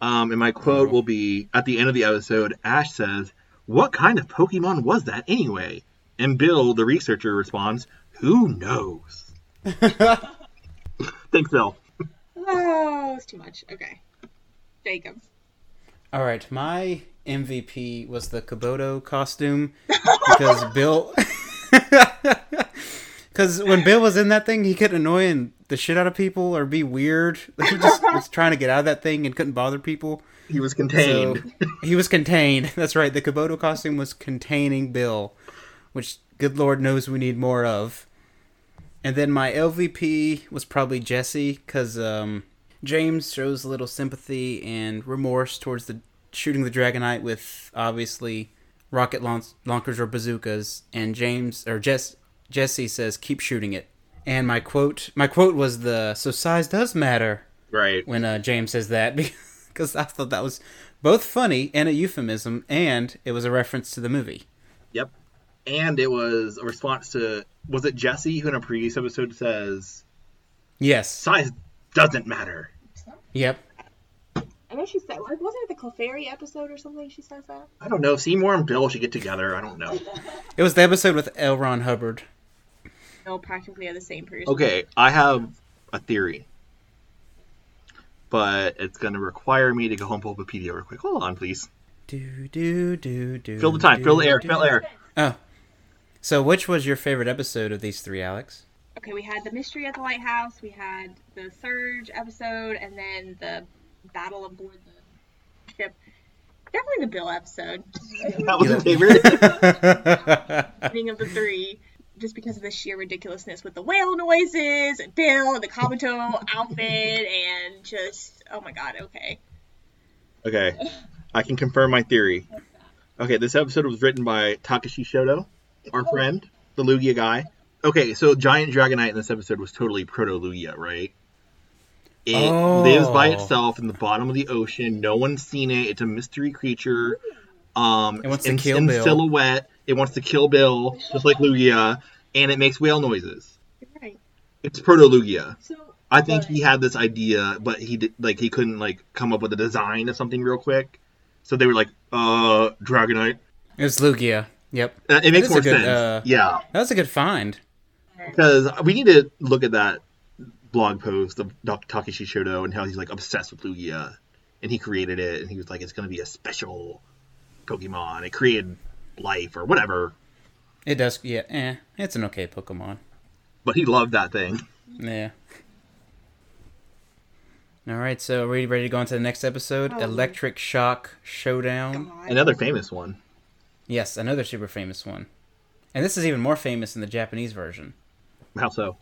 Um, and my quote will be at the end of the episode Ash says, What kind of Pokemon was that anyway? And Bill, the researcher, responds, Who knows? Thanks, Bill.
Oh, it's too much. Okay. Jacob.
All right, my MVP was the Kabuto costume because Bill, because when Bill was in that thing, he could annoy and the shit out of people or be weird. Like, he just was trying to get out of that thing and couldn't bother people.
He was
So
contained.
he was contained. That's right. The Kabuto costume was containing Bill, which good Lord knows we need more of. And then my LVP was probably Jesse because um, James shows a little sympathy and remorse towards the shooting the Dragonite with obviously rocket launch- launchers or bazookas, and James or Jess Jesse says keep shooting it. And my quote my quote was the so size does matter
Right.
when uh, James says that because I thought that was both funny and a euphemism, and it was a reference to the movie.
Yep. And it was a response to was it Jesse who in a previous episode says
Yes.
size doesn't matter.
Yep.
I know she said, like, wasn't it the Clefairy episode or something? She says that.
I don't know. Seymour and Bill should get together. I don't know.
It was the episode with L. Ron Hubbard.
No, practically are the same person.
Okay, I have a theory, but it's going to require me to go home to Wikipedia real quick. Hold on, please.
Do do do do.
Fill the time.
do,
Fill the air.
do.
Fill the air.
Oh. So, which was your favorite episode of these three, Alex?
Okay, we had the mystery at the lighthouse. We had the surge episode, and then the battle aboard the ship. Definitely the Bill episode.
That was a favorite.
Being of the three, just because of the sheer ridiculousness with the whale noises, and Bill, and the Kabuto outfit, and just oh my god. Okay.
okay, I can confirm my theory. Okay, this episode was written by Takashi Shoto, our friend, the Lugia guy. Okay, so Giant Dragonite in this episode was totally Proto Lugia, right? It
Oh.
lives by itself in the bottom of the ocean. No one's seen it. It's a mystery creature. Um,
It wants to
in,
kill
in
Bill.
silhouette. It wants to kill Bill, just like Lugia, and it makes whale noises.
You're right.
It's Proto Lugia.
so
I think he had this idea, but he did, like he couldn't like come up with a design of something real quick. So they were like, "Uh, Dragonite."
It was Lugia. Yep.
Uh, it makes
is a
more
good,
sense.
uh,
Yeah,
That was a good find.
because we need to look at that blog post of Doc- Takeshi Shodo and how he's like obsessed with Lugia, and he created it, and he was like, "It's gonna be a special Pokemon. It created life or whatever."
It does. Yeah. Eh. It's an okay Pokemon.
But he loved that thing.
Yeah. All right. So, are we ready to go on to the next episode? Electric Shock Showdown.
Another famous one.
Yes, another super famous one. And this is even more famous in the Japanese version.
How so?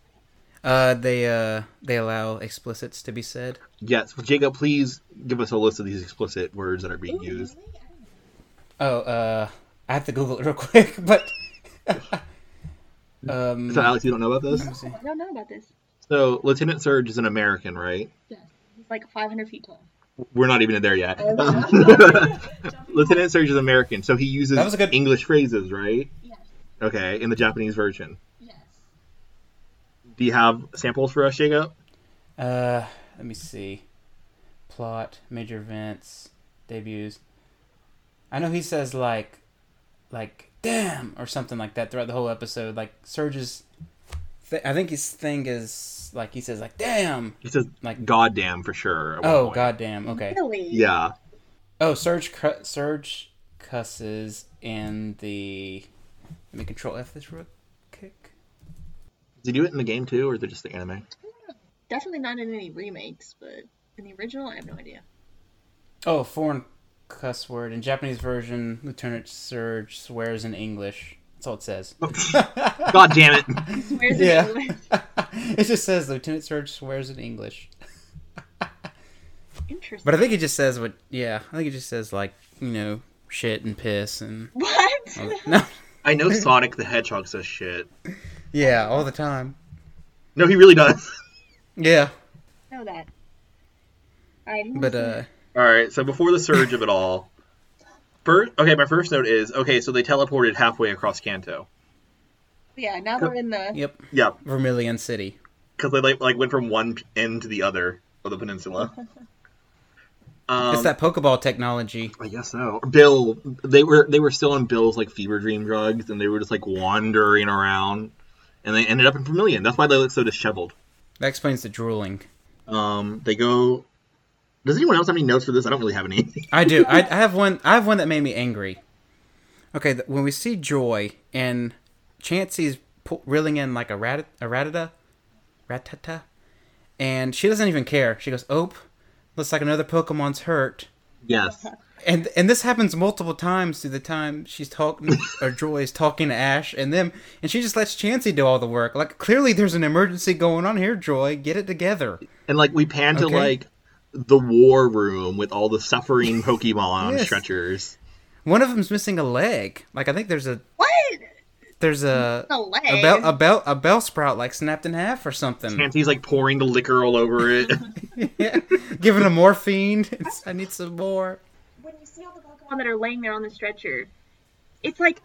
Uh, they uh, they allow explicits to be said.
Yes, Jacob, please give us a list of these explicit words that are being used.
Oh, uh, I have to Google it real quick, but um,
So, Alex, you don't know about this?
I don't know about this.
So Lieutenant Surge is an American, right?
He's like 500 feet tall.
We're not even there yet. Lieutenant Surge is American, so he uses
That was a good-
English phrases, right?
yes,
Okay, in the Japanese version.
yes.
Do you have samples for us, Jacob?
uh, let me see. Plot, major events, debuts. I know he says like, like damn or something like that throughout the whole episode. Like Surge's Th- I think his thing is like he says like damn
He says,
Like-
"Goddamn for sure." at one
oh
point.
goddamn okay
Really?
Yeah,
oh Serge cr- Serge cusses in the let me control F this real quick
does he do it in the game too, or is it just the anime?
Definitely not in any remakes, but in the original, I have no idea.
oh foreign cuss word in Japanese version Lieutenant Serge swears in English that's all it says
God damn it!
Swears
Yeah.
in English.
it just says Lieutenant Serge swears in English
Interesting.
but I think it just says what yeah I think it just says like you know shit and piss and
what?
no
I know Sonic the Hedgehog says shit.
yeah all the time
No, he really does.
yeah
know that. All right. who
but
wants
uh
All right, so before the surge of it all, first, okay, my first note is okay. So they teleported halfway across Kanto.
to- yeah. Now they're in the
yep
Yeah,
Vermilion City
because they like, like went from one end to the other of the peninsula. Um,
it's that Pokeball technology.
I guess so. Bill, they were they were still on Bill's like fever dream drugs, and they were just like wandering around, and they ended up in Vermilion. That's why they look so disheveled.
That explains the drooling.
Um, they go. Does anyone else have any notes for this? I don't really have any.
I do. I, I have one. I have one that made me angry. Okay, th- when we see Joy and Chansey's pu- reeling in like a rat, a ratata, ratata, and she doesn't even care. She goes, "Ope, looks like another Pokemon's hurt."
yes.
And and this happens multiple times through the time she's talking or Joy's talking to Ash and them, and she just lets Chansey do all the work. Like clearly, there's an emergency going on here. Joy, get it together.
And like we pan to
Okay.
like the war room with all the suffering Pokemon
Yes.
stretchers.
One of them's missing a leg. Like I think there's a
what?
there's a
The leg.
a bell a bell a bell sprout like snapped in half or something.
Nancy's like pouring the liquor all over it.
yeah. Given a morphine. It's, I need some more.
When you see all the Pokemon
one that are laying there on the stretcher. It's like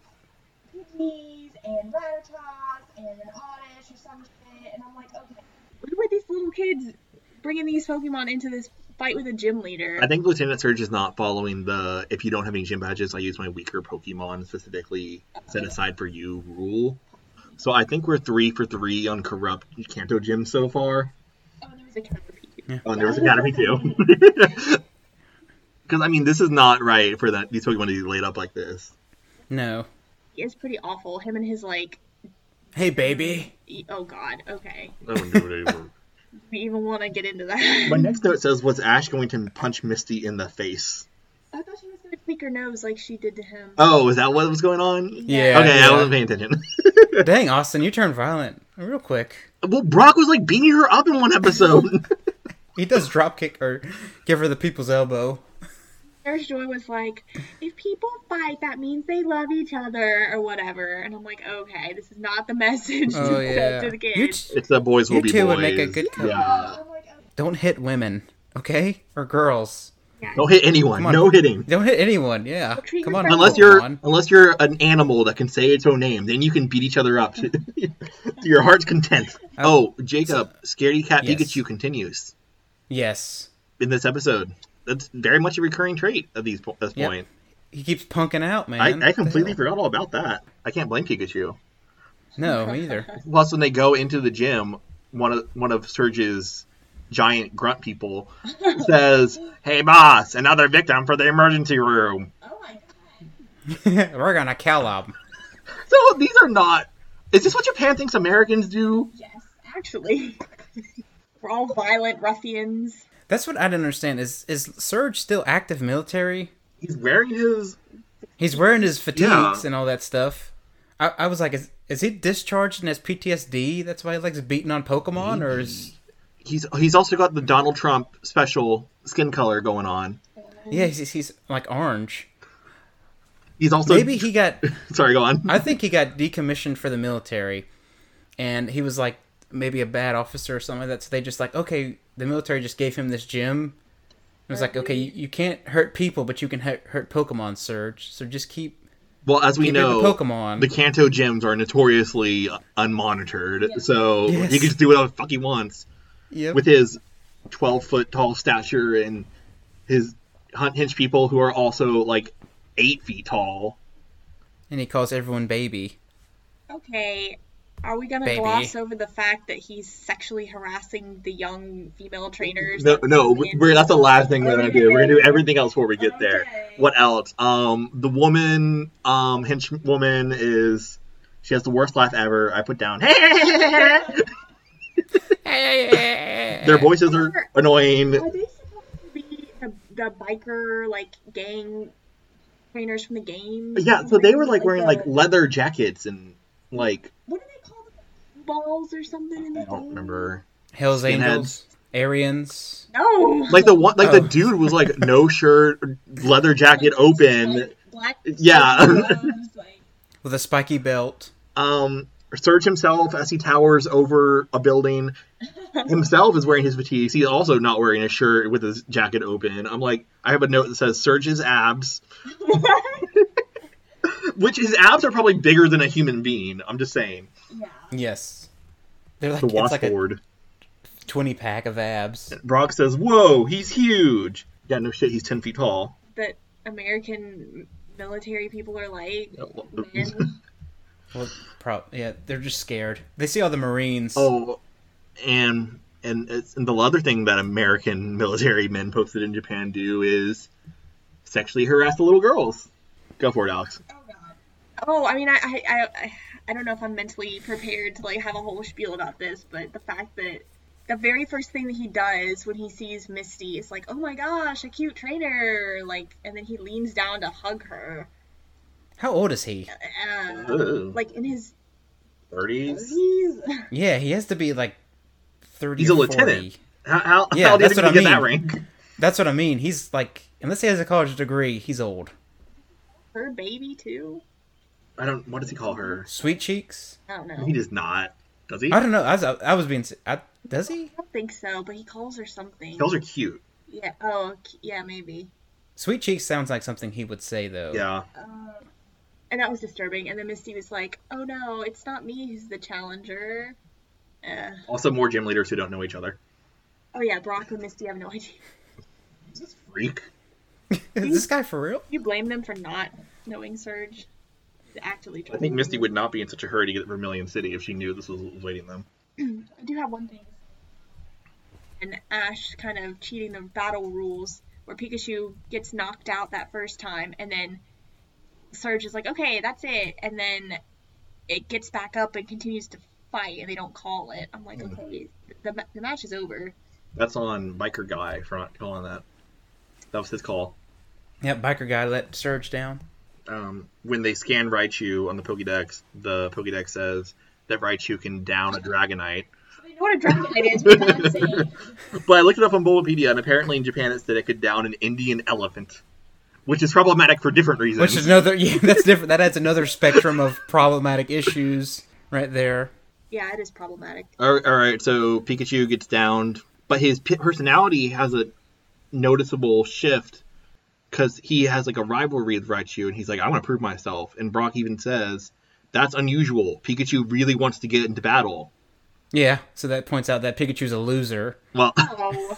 PGs and Rattatas and an Oddish or some shit, and I'm like, okay.
look at these little kids bringing these Pokemon into this fight with a gym leader.
I think Lieutenant Surge is not following the if you don't have any gym badges, I use my weaker Pokemon specifically set aside for you rule. So I think we're three for three on corrupt Kanto Gym so far.
oh, there was a Caterpie.
On Nervous Academy too. Because I mean, this is not right for that these Pokemon to be laid up like this.
No.
He is pretty awful. Him and his like.
Hey baby.
e- Oh God. Okay.
I wouldn't do it anymore.
We even want to get into that.
My next note says, "Was Ash going to punch Misty in the face?"
I thought she was gonna tweak her nose like she did to him.
Oh, is that what was going on?
Yeah.
okay, I wasn't
yeah.
paying attention.
Dang, Austin, you turned violent real quick.
well, Brock was like beating her up in one episode.
He does drop kick her give her the people's elbow.
Nurse Joy was like, if people fight, that means they love each other or whatever. And I'm like, okay, this is not the message
Oh
to,
yeah.
to the kids.
You t-
it's the boys will
You
be
two
boys.
would make a good couple.
Yeah.
I'm like, okay.
oh,
don't hit women, okay? Or girls.
Don't hit anyone.
Come on.
No hitting.
Don't hit anyone, yeah.
treat
Come
your
on.
friends-
Unless
Pokemon.
you're unless you're an animal that can say its own name, then you can beat each other up to, to your heart's content. Oh, Jacob, Scaredy Cat
Yes.
Pikachu continues
Yes.
in this episode. That's very much a recurring trait of these po- this
Yep.
point.
He keeps punking out, man. What
I, I
the
completely
hell?
forgot all about that. I can't blame Pikachu.
No, me either.
Plus, when they go into the gym, one of one of Surge's giant grunt people says, "Hey, boss, another victim for the emergency room."
Oh my god.
We're gonna kill him.
So these are not. Is this what Japan thinks Americans do?
Yes, actually. We're all violent ruffians.
That's what I don't understand. Is is Surge still active military?
He's wearing his.
He's wearing his fatigues
Yeah.
and all that stuff. I, I was like, is is he discharged in his PTSD? That's why he likes beating on Pokemon, or is
He's he's also got the Donald Trump special skin color going on.
yeah, he's, he's like orange.
He's also
Maybe he got.
Sorry, go on.
I think he got decommissioned for the military, and he was like maybe a bad officer or something like that. So they just like okay, the military just gave him this gym. It was like okay, you, you can't hurt people, but you can hurt, hurt Pokemon, Surge. So just keep
well, as we
keep it
know,
the Pokemon.
the Kanto gyms are notoriously unmonitored, so
Yes.
he can just do whatever the fuck he wants.
Yep.
with his 12 foot tall stature and his hunt hinge people who are also like 8 feet tall.
and he calls everyone baby.
Okay, Are we gonna
Baby.
gloss over the fact that he's sexually harassing the young female trainers?
No,
that
no,
come
we-
in?
we're that's the last thing we're gonna do. We're gonna do everything else before we get there. What else? Um, the woman, um, henchwoman is she has the worst laugh ever. I put down. Their voices are annoying.
Are they supposed to be the, the biker like gang trainers from the game?
Yeah, so they were like wearing like
the-
leather jackets and like
what do they call them? Balls or something in the
I don't
game?
remember.
Hell's
Skinheads.
Angels, Arians.
No.
Like the one, like the
Oh.
dude was like no shirt, leather jacket open.
Like, black.
Yeah.
gloves, like-
with a spiky belt.
Um, Serge himself as he towers over a building himself is wearing his fatigues. He's also not wearing a shirt with his jacket open. I'm like, I have a note that says Serge's abs, which his abs are probably bigger than a human being. I'm just saying.
yeah.
Yes, they're like
The
it's like a
washboard.
twenty pack of abs.
Brock says, "Whoa, he's huge." Yeah, no shit, he's ten feet tall.
That American military people are like. Man.
Well, pro- yeah, they're just scared. They see all the Marines.
Oh, and and, it's, and the other thing that American military men posted in Japan do is sexually harass the little girls. Go for it, Alex.
Oh, I mean, I, I, I, I don't know if I'm mentally prepared to like have a whole spiel about this, but the fact that the very first thing that he does when he sees Misty is like, "Oh my gosh, a cute trainer!" Like, and then he leans down to hug her,
How old is he?
uh,
Ugh.
like in his
Thirties.
thirties.
Yeah, he has to be like thirty.
He's a
or 40.
lieutenant. How, how,
Yeah,
how did
that's
he
what I
get that
mean.
rank?
That's what I mean. He's like, unless he has a college degree, he's old.
Her baby too.
I don't. What does he call her?
Sweet cheeks.
I don't know.
He does not. Does he?
I don't know. I was, I was being. se- I, does he?
I don't think so, but he calls her something.
Those are cute.
Yeah. Oh, c- yeah, maybe.
Sweet cheeks sounds like something he would say though.
Yeah.
Um, and that was disturbing. And then Misty was like, "Oh no, it's not me who's the challenger." Uh,
Also, more gym leaders who don't know each other.
oh yeah, Brock and Misty have no idea.
Is this freak?
is this guy for real?
You blame them for not knowing Surge. Actually,
I think Misty would not be in such a hurry to get to Vermilion City if she knew this was waiting them.
I do have one thing. And Ash kind of cheating the battle rules, where Pikachu gets knocked out that first time, and then Surge is like, "Okay, that's it," and then it gets back up and continues to fight, and they don't call it. I'm
Hmm.
like, okay, the, ma- the match is over.
That's on Biker Guy for not calling that. That was his call.
Yeah, biker guy let Surge down.
Um, when they scan Raichu on the Pokédex, the Pokédex says that Raichu can down a Dragonite.
I know what a Dragonite is, but that's it.
But I looked it up on Bulbapedia, and apparently in Japan it said it could down an Indian elephant, which is problematic for different reasons.
Which is another. Yeah, that's different. That adds another spectrum of problematic issues right there.
Yeah, it is problematic.
All right, all right, so Pikachu gets downed, but his p- personality has a noticeable shift because he has like a rivalry with Raichu, and he's like, "I want to prove myself." And Brock even says, "That's unusual. Pikachu really wants to get into battle."
Yeah, so that points out that Pikachu's a loser.
Well,
Oh,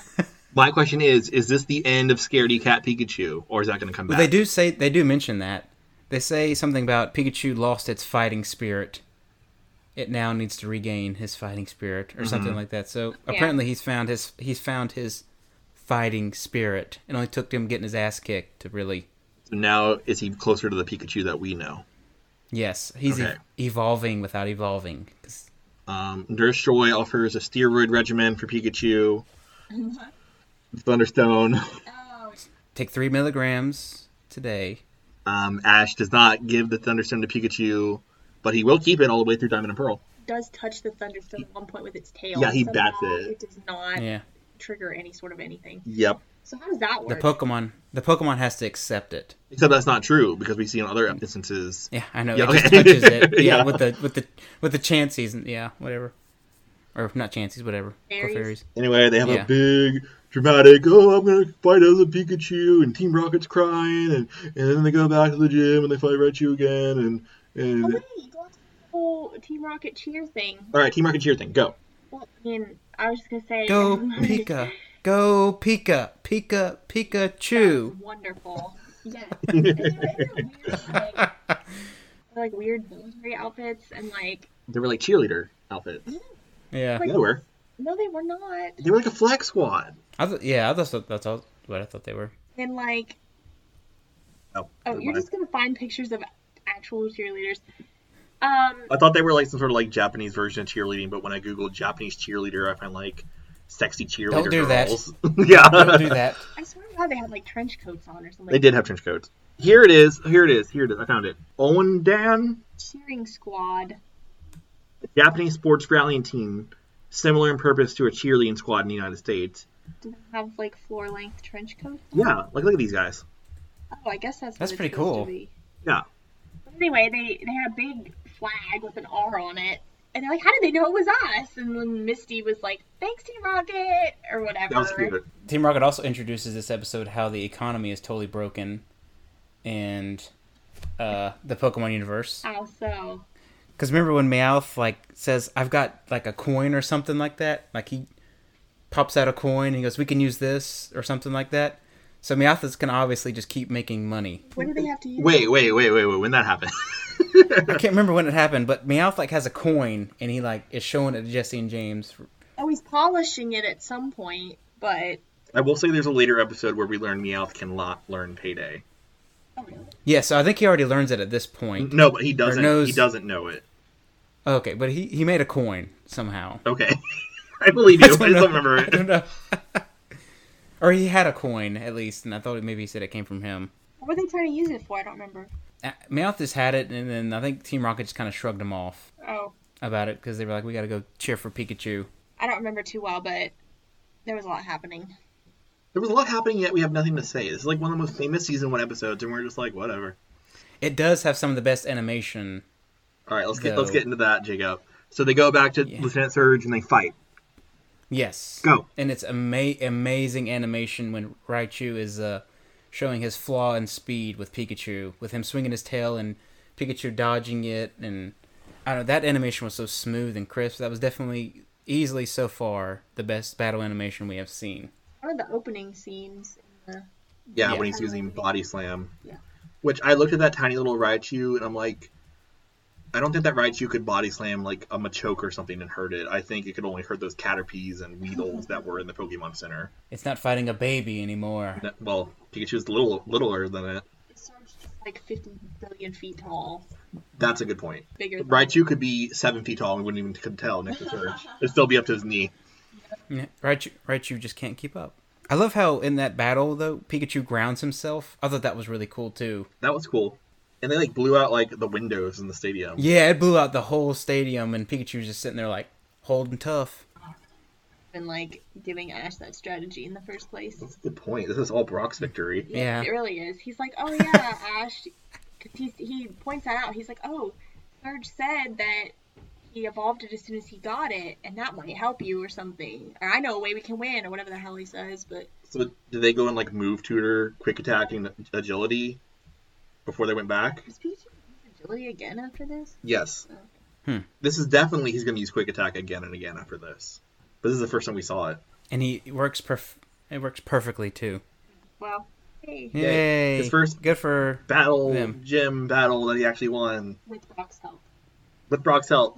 my question is: Is this the end of Scaredy Cat Pikachu, or is that going to come
But
back?
they do say they do mention that. They say something about Pikachu lost its fighting spirit. It now needs to regain his fighting spirit or something like that. So apparently he's found his he's found his fighting spirit. It only took him getting his ass kicked to really
So now is he closer to the Pikachu that we know?
Yes, he's
Okay.
e- evolving without evolving. 'Cause-
Um, Nurse Joy offers a steroid regimen for Pikachu. Thunderstone.
Take 3 milligrams today.
Um, Ash does not give the Thunderstone to Pikachu, but he will keep it all the way through Diamond and Pearl.
does touch the thunderstone at one point with its tail.
Yeah, he bats
Somehow
it.
It does not
Yeah.
trigger any sort of anything.
Yep.
So how does that
The
work?
Pokemon the Pokemon has to accept it.
Except that's not true because we see in other instances.
Yeah, I know.
Yeah,
it just
okay.
touches it. Yeah,
Yeah.
with the with the with the chances and yeah, whatever. Or not chances, whatever.
Fairies.
Clefairies.
Anyway, they have
Yeah.
a big dramatic. Oh, I'm gonna fight as a Pikachu, and Team Rocket's crying, and, and then they go back to the gym and they fight Raichu again, and
Oh,
and
wait, go on to the whole Team Rocket cheer thing.
all right, Team Rocket cheer thing, go.
Well, I mean, I was just gonna say.
Go Pika. Go Pika. Pika Pikachu.
Wonderful.
Yes. And they're in a weird, like,
Like weird military outfits and like
They were like cheerleader outfits.
Yeah.
Yeah, they were.
No, they were not.
They were like a flag squad.
I th- yeah, I thought that's all, what I thought they were.
And like,
Oh,
oh,
never
you're
mind.
just gonna find pictures of actual cheerleaders. Um,
I thought they were like some sort of like Japanese version of cheerleading, but when I googled Japanese cheerleader, I find like sexy cheerleader
do that.
girls. yeah,
Don't do that.
I swear to God, they had like trench coats on or something.
they did have trench coats. Here it is. Here it is. Here it is. I found it. Owen Dan,
Cheering squad.
Japanese sports rallying team, similar in purpose to a cheerleading squad in the United States.
Do they have like floor length trench coats?
Yeah, like look at these guys.
Oh, I guess that's what
That's
it's
pretty
supposed
cool.
To be.
Yeah,
But anyway, they they had a big flag with an R on it, and they're like, "How did they know it was us?" And then Misty was like, "Thanks, Team Rocket," or whatever.
that was cute.
Team Rocket also introduces this episode how the economy is totally broken, and uh, the Pokemon universe.
How Oh, so?
Because remember when Meowth like says, "I've got like a coin or something like that." Like he pops out a coin and he goes, "We can use this" or something like that. So Meowth is gonna obviously just keep making money.
What do they have to use?
Wait, wait, wait, wait, wait. When that happened?
I can't remember when it happened, but Meowth like has a coin and he like is showing it to Jesse and James.
Oh, he's polishing it at some point, but
I will say there's a later episode where we learn Meowth can lot learn Payday.
oh, really?
Yeah, so I think he already learns it at this point.
No, but he doesn't.
knows-
He doesn't know it.
Okay, but he he made a coin somehow.
Okay, I believe you. I,
don't
don't
know.
remember
I
it.
don't know. or he had a coin at least, and I thought maybe he said it came from him.
what were they trying to use it for? I don't remember.
Uh, Meowth just had it, and then I think Team Rocket just kind of shrugged him off
Oh,
about it because they were like, "We got to go cheer for Pikachu."
I don't remember too well, but there was a lot happening.
There was a lot happening, yet we have nothing to say. This is like one of the most famous season one episodes, and we're just like, whatever.
It does have some of the best animation.
All right, let's get let's
Go.
get into that, Jacob. So they go back to
Yeah.
Lieutenant Surge and they fight.
Yes,
Go.
and it's ama- amazing animation when Raichu is uh, showing his flaw in speed with Pikachu, with him swinging his tail and Pikachu dodging it, and I don't know. That animation was so smooth and crisp. That was definitely easily so far the best battle animation we have seen.
One of the opening scenes. In the...
Yeah,
Yeah.
when he's using Body Slam.
Yeah.
Which I looked at that tiny little Raichu and I'm like, I don't think that Raichu could Body Slam like a Machoke or something and hurt it. I think it could only hurt those Caterpies and Weedles that were in the Pokemon Center.
It's not fighting a baby anymore.
That, well, Pikachu's little littler than it.
Sarge is like 50 billion feet tall,
That's a good point.
bigger than
Raichu could be seven feet tall and we wouldn't even could tell next to Surge. It'd still be up to his knee.
Yeah, Raichu, Raichu just can't keep up. I love how in that battle though Pikachu grounds himself. I thought that was really cool too.
That was cool. And they like blew out like the windows in the stadium.
Yeah, it blew out the whole stadium, and Pikachu's just sitting there like holding tough.
than like giving Ash that strategy in the first place.
That's a good point. This is all Brock's victory.
Yeah.
It really is. He's like, oh yeah, Ash, because he he points that out. He's like, oh, Surge said that he evolved it as soon as he got it, and that might help you or something. Or I know a way we can win, or whatever the hell he says. But
So did they go in like move tutor, quick attack, and agility before they went back?
does Pikachu use agility again after this?
Yes.
Hmm.
This is definitely he's going to use quick attack again and again after this. But this is the first time we saw it.
And he it works perf- it works perfectly too.
Well, hey,
Yay!
His first-
good for
Battle
Them.
gym battle that he actually won
with Brock's help.
with Brock's help.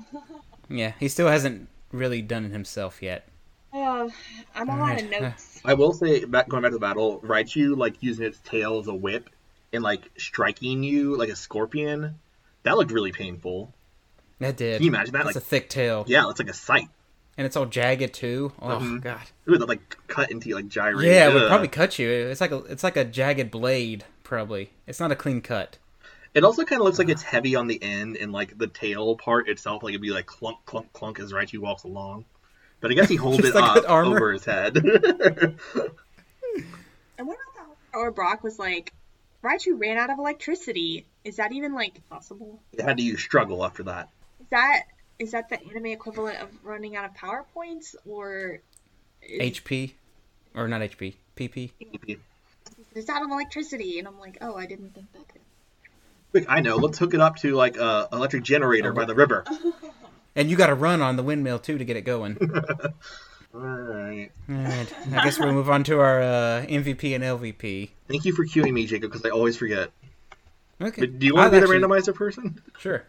yeah. He still hasn't really done it himself yet.
Oh, I'm all out of
Alright.
notes.
I will say back going back to the battle, Raichu like using its tail as a whip and like striking you like a scorpion. That looked really painful.
That did.
Can you imagine that?
That's
Like-
a thick tail,
Yeah, Mm-hmm. it's like a sight.
and it's all jagged too. Oh god.
It would like cut into you, like gyrate.
Yeah, it would
Ugh.
probably cut you. It's like a it's like a jagged blade. Probably. It's not a clean cut.
It also kind of looks like it's heavy on the end and like the tail part itself, like it'd be like clunk, clunk, clunk as Raichu walks along. But I guess he holds
Just
it
like
up
that armor.
over his head.
And what about that? Or Brock was like, Raichu ran out of electricity. Is that even like possible?
it had to use struggle after that.
Is that is that the anime equivalent of running out of power points or is,
HP, or not HP. PP.
is that on electricity? And I'm like, oh, I didn't think that could.
Quick, I know. Let's hook it up to like a electric generator by the river.
And you got to run on the windmill too to get it going.
All right.
All right. I guess we'll move on to our uh, MVP and LVP.
Thank you for cueing me, Jacob, because I always forget.
Okay.
But do you want to
I've
be the
actually-
randomizer person?
Sure.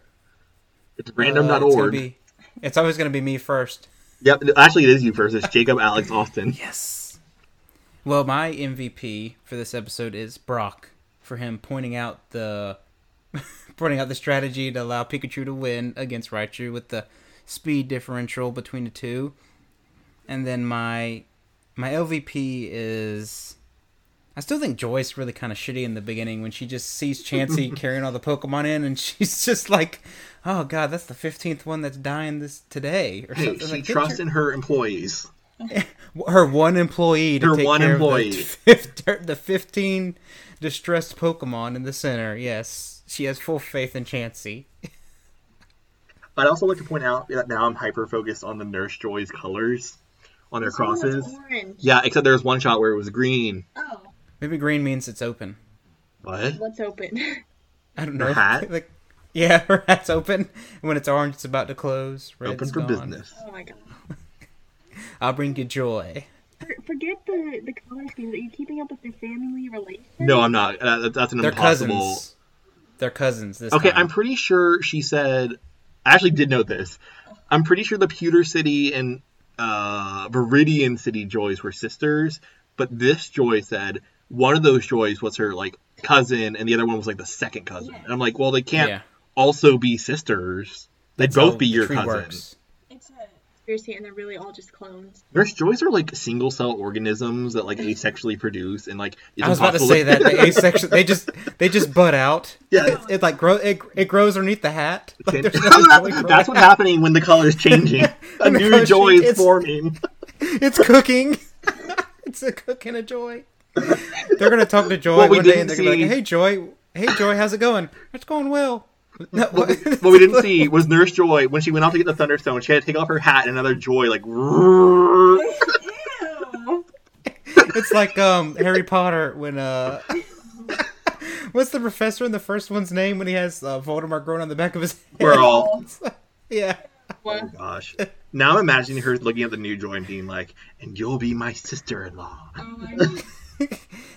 It's
Uh, it's gonna
random.org.
be. It's always gonna be me first.
Yep, actually, it is you first. It's Jacob Alex Austin.
Yes. Well, my MVP for this episode is Brock for him pointing out the pointing out the strategy to allow Pikachu to win against Raichu with the speed differential between the two. And then my my LVP is I still think Joy's really kind of shitty in the beginning when she just sees Chansey carrying all the Pokemon in, and she's just like, "Oh God, that's the fifteenth one that's dying this today." Or
Hey,
something
she
like, "Get
trusts
your-
in her employees.
her one employee to
Her
take
one
care
employee.
of the, fif- the 15 distressed pokemon in the center yes she has full faith in chansey
I'd also like to point out that now I'm hyper focused on the Nurse Joy's colors on their crosses.
Oh, It's orange.
Yeah, except there was one shot where it was green.
Oh,
maybe green means it's open
What?
what's open?
i don't know
Her hat?
Like, yeah her hat's open and when it's orange it's about to close Red's
Open for
gone.
business.
Oh my god.
i'll bring you joy
For- Forget the the color scheme. Are you keeping up with the family relation?
No, I'm not. Uh, that- that's an
they're
impossible.
cousins they're cousins this
Okay,
time.
I'm pretty sure she said. I actually did note this. I'm pretty sure the Pewter City and uh, Viridian City Joys were sisters, but this Joy said one of those Joys was her like cousin, and the other one was like the second cousin. And I'm like, well, they can't
Yeah.
also be sisters. They'd
That's how
both be
the
your
tree
cousin.
works.
It's a
Seriously, and they're really all just clones.
Nurse Joys are like single cell organisms that like asexually produce, and like it's
I was about to
impossible
say that they asexual. They just they just bud out.
Yeah.
it, it like grow. It, it grows underneath the hat. Like, there's no really growing.
That's what's happening when the color's changing. A
When the
new
color's
joy
changing,
is
it's-
forming.
It's cooking. it's a cook and a joy. They're gonna talk to Joy
What we
one day and they're
didn't
gonna be like,
see-
"Hey Joy, hey Joy, how's it going? It's going well." No, what?
What we didn't see was Nurse Joy when she went out to get the Thunderstone. She had to take off her hat, and another Joy like.
it's like um Harry Potter when uh. What's the professor in the first one's name when he has uh, Voldemort growing on the back of his head?
We're all
yeah.
oh gosh. Now I'm imagining her looking at the new Joy and being like, "And you'll be my sister-in-law."
Oh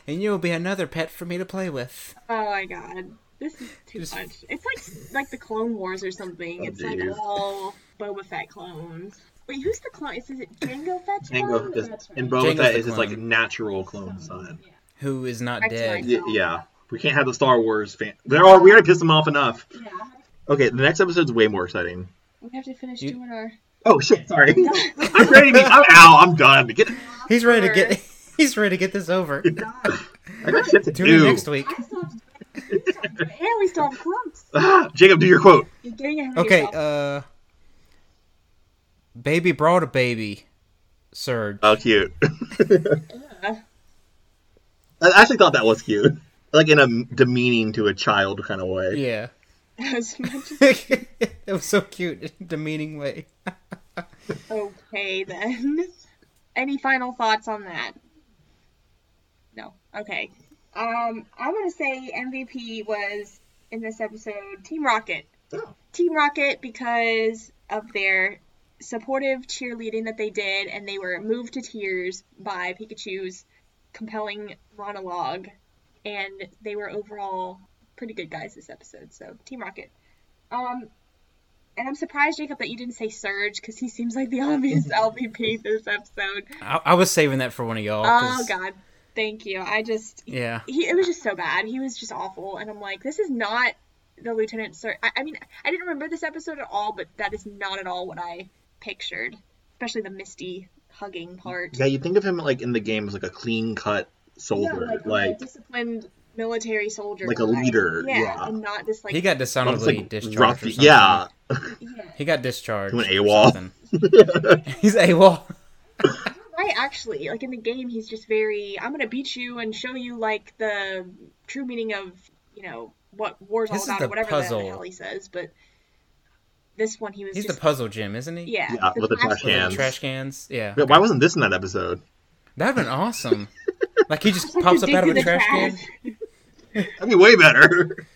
And you'll be another pet for me to play with.
Oh my god. This is too
Just-
much. It's like like the Clone Wars or something.
Oh,
it's
geez.
like all Boba Fett clones. Wait, who's the clone? Is, is it Django Fett's
Django
clone?
is,
Oh, That's right.
and Boba
Jango's
Fett
the
is his like
clone.
natural clone son.
Who is not
That's
dead?
right.
Y- yeah, we can't have the Star Wars fan. There are we already pissed them off enough.
yeah. I had
Okay, the next episode's way more exciting.
We have to finish
You-
doing our.
Oh shit! Sorry, I'm ready. To be, I'm out. I'm done. Get,
He's ready to get. He's ready to get this over.
I got shit to
Tune in
do.
next week.
to stop
Yeah, we still have clones.
Ah, Jacob, do your quote.
You're getting ahead of
Okay. Uh,
yourself.
baby brought a baby. Surge.
Oh, cute. I actually thought that was cute, like in a demeaning to a child kind of way.
Yeah.
As much as
it was so cute, in a demeaning way.
okay then. Any final thoughts on that? No. Okay. Um, I'm gonna say MVP was in this episode Team Rocket.
Oh.
Team Rocket because of their supportive cheerleading that they did, and they were moved to tears by Pikachu's compelling monologue, and they were overall pretty good guys this episode. So Team Rocket. Um, and I'm surprised, Jacob, that you didn't say Surge because he seems like the obvious LVP this episode.
I, I was saving that for one of y'all.
Oh
'cause-
God, thank you. I just
Yeah.
he it was just so bad. He was just awful, and I'm like, this is not the Lieutenant Sir. I, I mean, I didn't remember this episode at all, but that is not at all what I pictured, especially the Misty hugging part.
Yeah, you think of him like in the game as like a clean cut soldier,
like,
like
okay, discipline.
When military soldier,
Like a
guy.
leader,
yeah,
yeah.
and not this like
He got
almost,
dishonorably
like
discharged. or
rough.
something.
Yeah,
Yeah.
He got discharged.
He went
or
AWOL.
something. He's AWOL.
right actually like in the game he's just very i'm gonna beat you and show you like the true meaning of you know what war's
This is
all about
the
or whatever
puzzle.
the hell he says but this one he was
He's the
just
puzzle gym, isn't he?
yeah,
Yeah, with the trash
With the
cans.
trash cans. Yeah.
Wait, why wasn't this in that episode?
That'd been awesome. like he just
Like
pops
to
up
dig
out of
through
a
the
trash can.
trash.
That'd be way better.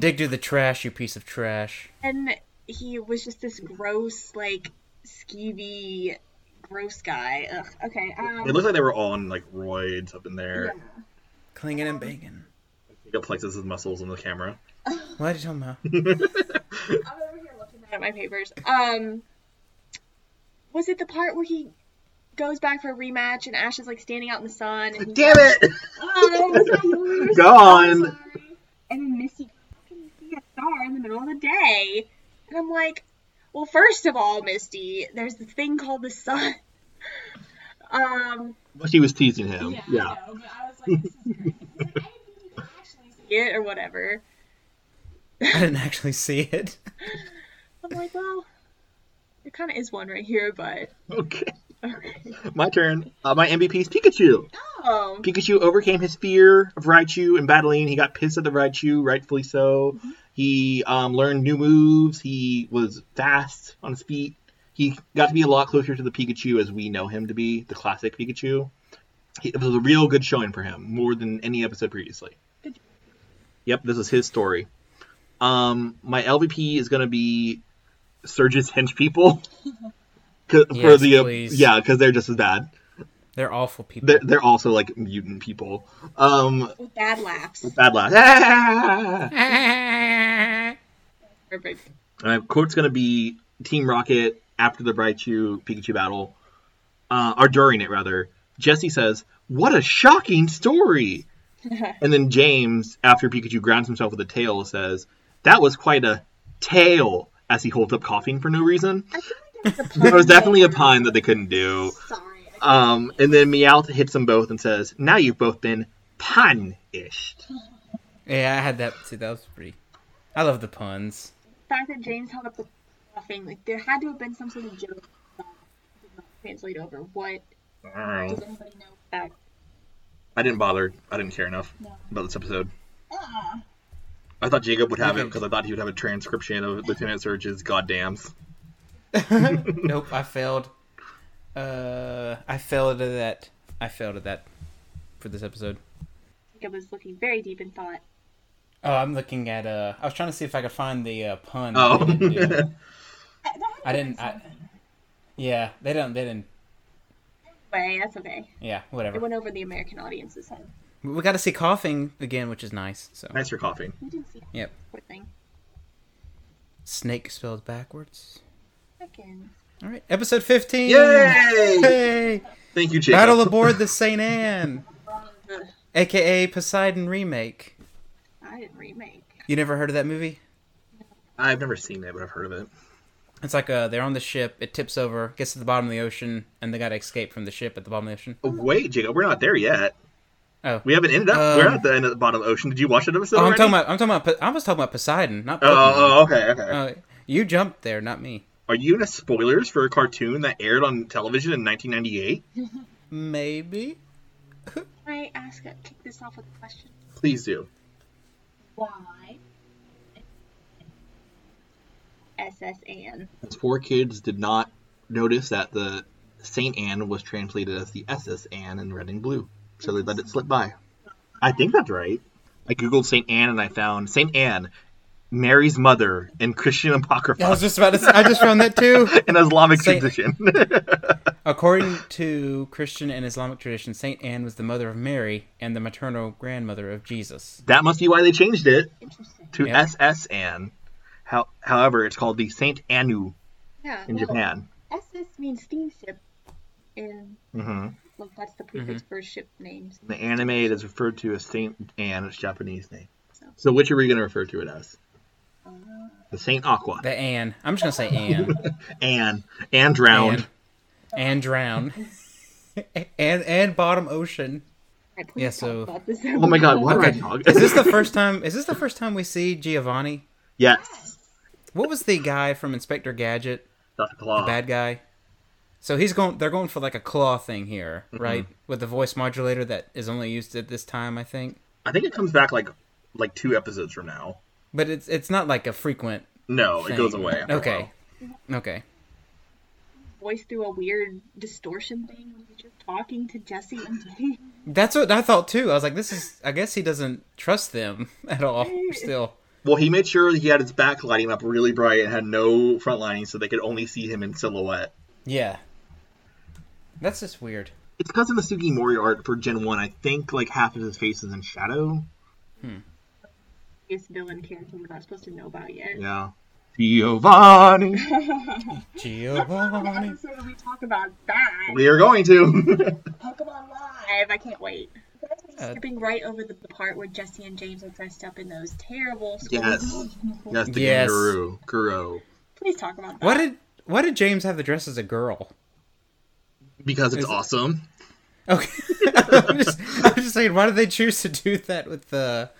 Dig through the trash, you piece of trash.
and he was just this gross like skeevy gross guy Ugh. okay um
it looks like they were all on like roids up in there.
Clinging and banging.
Jacob flexes his muscles in the camera.
What are you talking about?
I'm over here
at my papers. Um, was it the part where he goes back for a rematch and Ash is like standing out in the sun? And he-
Damn it!
Oh, that was not yours.
Gone.
I'm sorry. And then Misty, how can you see a star in the middle of the day? And I'm like, well, first of all, Misty, there's this thing called the sun. Um,
Well, she was teasing him. Yeah.
I know, but I was like, this is great. I was like, I didn't think you could actually see
it or whatever.
I didn't actually see it.
I'm like, well, there kind of is one right here, but
Okay. My turn. Uh, my MVP is Pikachu.
oh,
Pikachu overcame his fear of Raichu and battling. He got pissed at the Raichu, rightfully so. He um, learned new moves. He was fast on his feet. He got to be a lot closer to the Pikachu as we know him to be, the classic Pikachu. He, it was a real good showing for him, more than any episode previously. Yep, this is his story. Um, my LVP is going to be Surge's hench people. 'Cause- for
Yes,
the, uh,
please.
yeah, because they're just as bad.
They're awful people.
They're, they're also like mutant people. Um,
with bad laughs.
Bad laugh. Ah!
Perfect.
My quote's gonna be Team Rocket after the Raichu Pikachu battle, uh, or during it rather. Jesse says, "What a shocking story!" and then James, after Pikachu grounds himself with a tail, says, "That was quite a tail." As he holds up coughing for no reason. There was definitely a pun that they couldn't do.
Sorry.
Um, and then Meowth hits them both and says, "Now you've both been pun-ished."
Yeah, I had that too. That was pretty. I love the puns.
The fact that James held up the thing, like there had to have been some sort of joke that did not translate over. What
I don't
does
know.
anybody know that?
I didn't bother. I didn't care enough about this episode.
Ah,
I thought Jacob would have it
Okay.
because I thought he would have a transcription of Lieutenant Surge's goddams.
nope, I failed. Uh, I failed at that. I failed at that for this episode.
Jacob was looking very deep in thought.
Oh, I'm looking at. Uh, I was trying to see if I could find the uh, pun.
Oh.
I didn't. do. I didn't I, yeah, they don't. They didn't.
Anyway, that's okay.
Yeah,
It
whatever.
went over the American audience this time.
We got to see coughing again, which is nice. So
Thanks for coughing.
We didn't see that
yep,
poor thing.
snake spelled backwards.
Second.
All right, episode 15.
Yay!
Hey!
Thank you, Jacob.
Battle aboard the Saint Anne,
Ugh,
aka Poseidon remake.
I didn't remake.
You never heard of that movie?
I've never seen it, but I've heard of it.
It's like uh, they're on the ship. It tips over, gets to the bottom of the ocean, and they got to escape from the ship at the bottom of the ocean.
Oh, Wait, Jacob, we're not there yet.
Oh.
We haven't ended up. we're
Um,
not at the end of the bottom of the ocean. Did you watch that episode?
Oh, I'm
already?
talking about. I'm talking about. Po- I was talking about Poseidon, not.
Oh,
Pokemon.
oh, okay, okay.
Oh, you jumped there, not me.
Are you gonna spoilers for a cartoon that aired on television in 1998?
Maybe.
Can I ask a, kick this off with a question?
Please do.
Why? SS Anne.
Those poor kids did not notice that the Saint Anne was translated as the SS Anne in red and blue, so they let it slip by. I think that's right. I googled Saint Anne and I found Saint Anne, Mary's mother, in Christian
I was
apocrypha
just about to. Say, I just found that too.
in Islamic
Saint-
tradition.
According to Christian and Islamic tradition, Saint Anne was the mother of Mary and the maternal grandmother of Jesus.
that must be why they changed it
Interesting.
to
Yeah.
SS Anne. How, however, it's called the Saint Anu
Yeah.
in
well,
Japan.
SS means steamship. In
hmm
well, that's the prefix
Mm-hmm.
for ship names.
The anime it is referred to as Saint Anne, its Japanese name.
So-
So, which are we going to refer to it as? The Saint Aqua.
The Anne. I'm just gonna say Anne.
Anne. Anne drowned.
Anne. Anne drown. and and bottom ocean.
Right, please
Yeah,
talk
so-
about this.
Oh my god, what
Okay.
am I
Is
talking?
this the first time? Is this the first time we see Giovanni?
yes.
What was the guy from Inspector Gadget?
Dr. Claw.
bad guy. So he's going. They're going for like a claw thing here,
Mm-hmm.
right? With the voice modulator that is only used at this time, I think.
I think it comes back like like two episodes from now.
But it's it's not like a frequent.
No,
thing.
it goes away. after a
Okay.
while.
Okay.
voice through a weird distortion thing when he's just talking to Jesse and James.
That's what I thought too. I was like, this is. I guess he doesn't trust them at all. Still.
Well, he made sure he had his back lighting up really bright and had no front lighting so they could only see him in silhouette.
Yeah. That's just weird.
It's because of the Sugi Mori art for Gen 1. I think like half of his face is in shadow.
This villain character we're not supposed to know about yet.
Yeah. Giovanni.
Giovanni.
episode we talk about that.
We are going to.
Pokemon Live. I can't wait.
Uh,
Skipping right over the part where Jesse and James are dressed up in those terrible school
yes.
uniforms.
Yes, the
Yes.
kangaroo. Guru.
Please talk about that.
Why did why did James have the dress as a girl?
Because it's
Is it-
awesome.
Okay, I'm, just, I'm just saying, why did they choose to do that with the?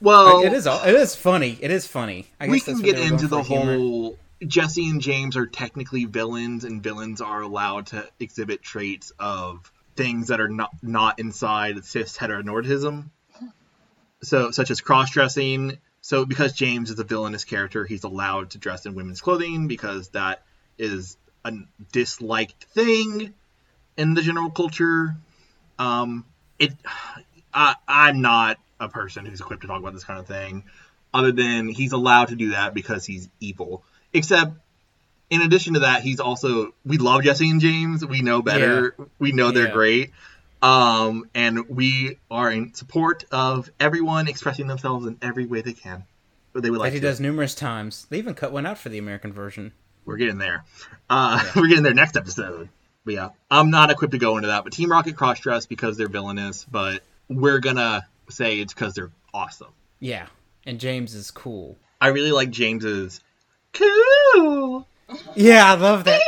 Well,
it is all, it is funny. It is funny. I
we
guess that's what
can get
they were going
into the
for humor.
whole Jesse and James are technically villains, and villains are allowed to exhibit traits of things that are not not inside cis heteronormatism. So, such as cross dressing. So, because James is a villainous character, he's allowed to dress in women's clothing because that is a disliked thing in the general culture. Um, it, I, I'm not a person who's equipped to talk about this kind of thing other than he's allowed to do that because he's evil. Except, in addition to that, he's also we love Jesse and James. We know better. We know they're
Yeah.
great. Um, and we are in support of everyone expressing themselves in every way they can. Or they would
that
like
he
to.
does numerous times. They even cut one out for the American version.
We're getting there. Uh, We're getting there next episode. But yeah, I'm not equipped to go into that. But Team Rocket crossdress because they're villainous. But we're gonna say it's because they're awesome.
Yeah, and James is cool.
I really like James's cool.
Yeah, I love that.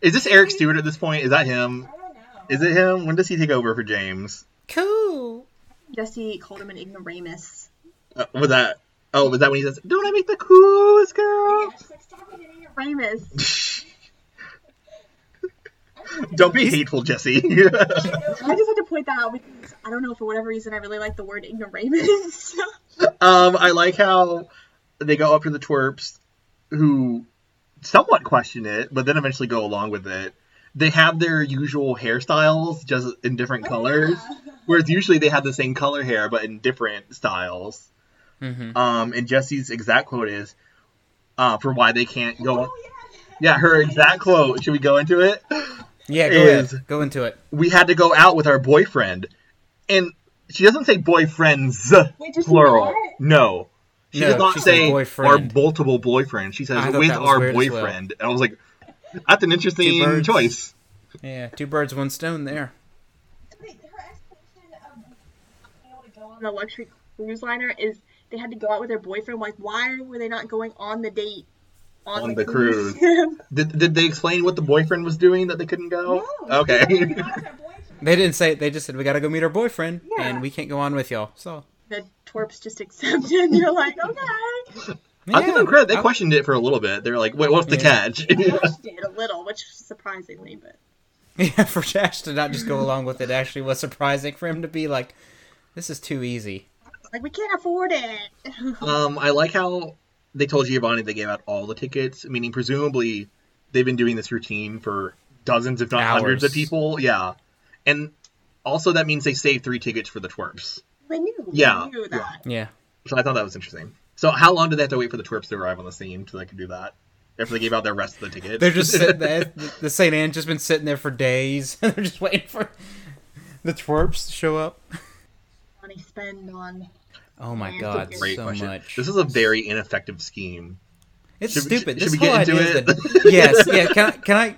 Is this Eric Stewart at this point? Is that him?
I don't know.
Is it him? When does he take over for James?
Cool.
Jesse called him an ignoramus.
Uh, was that? Oh, was that when he says, "Don't I make the coolest girl?
She's like, stop being an idiot.
Ignoramus.
Don't be hateful, Jesse."
I just had to point that out because I don't know for whatever reason I really like the word ignoramus.
um, I like how they go up to the twerps, who somewhat question it, but then eventually go along with it. They have their usual hairstyles, just in different colors. Whereas usually they have the same color hair, but in different styles.
Mm-hmm.
Um, and Jesse's exact quote is, uh, for why they can't go.
Oh,
Oh, yeah, her exact quote. Should we go into it?
Yeah, go
Is-
ahead. Go into it.
We had to go out with our boyfriend, and she doesn't say boyfriends
Wait, does she
plural.
not?
No, she
No,
does not
she says
say our
boyfriend.
multiple boyfriends. She says
I thought
with
that was
our
weird as well.
boyfriend, and I was like, that's an interesting
birds.
choice.
Yeah, two birds, one stone. There.
Wait, her explanation of being able to go on
the luxury cruise liner is they had to go out with their boyfriend. Like, why were they not going on the date?
On the cruise.
no,
Did, did they explain what the boyfriend was doing that they couldn't go?
No.
Okay.
That was her boyfriend.
They didn't say. They just said we gotta go meet our boyfriend, and we can't go on with y'all. So.
the twerps just accepted. They're like, okay,
I give
Yeah,
them credit. They
I-
questioned it for a little bit. They were like, "Wait, what's the
Yeah.
catch?"
She did a little, which surprisingly, but
Yeah, for Ash to not just go along with it actually was surprising. For him to be like, "This is too easy."
like we can't afford it.
Um, I like how they told Giovanni they gave out all the tickets, meaning presumably they've been doing this routine for dozens, if not hundreds, of
Hours.
people. Yeah, and also that means they saved three tickets for the twerps.
They knew.
Yeah,
They knew that.
Yeah.
So I thought that was interesting. So how long did they have to wait for the twerps to arrive on the scene so they could do that? After they gave out the rest of the tickets,
They're just sitting there. The St. Anne's just been sitting there for days. and They're just waiting for the twerps to show up.
Money spend on.
Oh my
That's a
god,
great
so much.
This is a very ineffective scheme.
it's
should we-
stupid.
should
this
we
whole
get into
idea is
it?
the- yes, yeah, can I, can I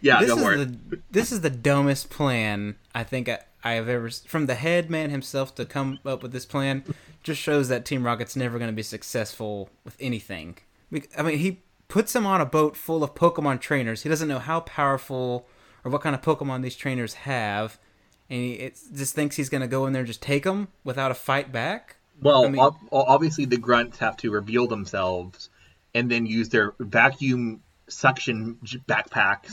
Yeah,
this
go
is
for it.
the this is the dumbest plan I think I, I have ever s- from the head man himself to come up with this plan just shows that Team Rocket's never going to be successful with anything. Bec- I mean, he puts them on a boat full of Pokemon trainers. He doesn't know how powerful or what kind of Pokemon these trainers have, and he it's, just thinks he's going to go in there and just take them without a fight back.
Well,
I mean-
ob- obviously the grunts have to reveal themselves and then use their vacuum suction j- backpacks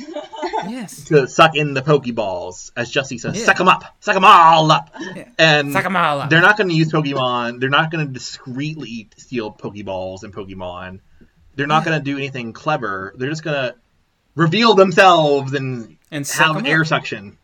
Yes,
to suck in the Pokeballs, as Jesse says,
Yeah.
suck 'em up, suck 'em all up. And
Suck 'em all up.
they're not going to use Pokemon. They're not going to discreetly steal Pokeballs and Pokemon. They're not going to do anything clever. They're just going to reveal themselves and,
And suck
have
'em
air
up.
suction.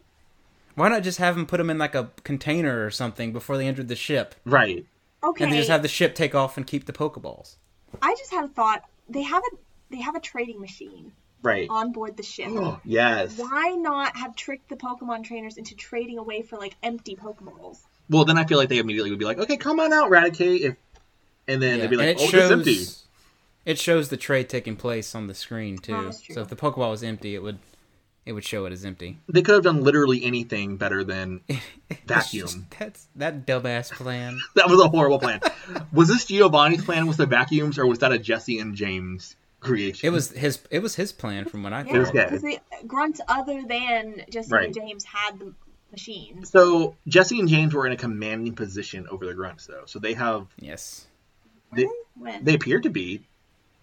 why not just have him put them in like a container or something before they entered the ship,
Right.
Okay.
and they just have the ship take off and keep the Pokeballs.
I just had a thought. They have a they have a trading machine
Right.
on board the ship.
Oh. yes.
Um, Why not have tricked the Pokemon trainers into trading away for like empty Pokeballs?
Well, then I feel like they immediately would be like, okay, come on out, Raticate. If, and then
Yeah,
they'd be like,
and
oh,
it shows,
it's empty.
It shows the tray taking place on the screen too.
Oh, that's true.
so if the Pokeball was empty, it would it would show it as empty.
They could have done literally anything better than
That's
Vacuum.
just- that's that dumbass plan.
that was a horrible plan. was this Giovanni's plan with the vacuums, or was that a Jesse and James creation?
It was his. It was his plan, from what I
Yeah,
was
thought.
good.
because the grunts other than Jesse
Right.
and James had the machines.
So Jesse and James were in a commanding position over the grunts, though. So they have
Yes.
they
When
they appear to be.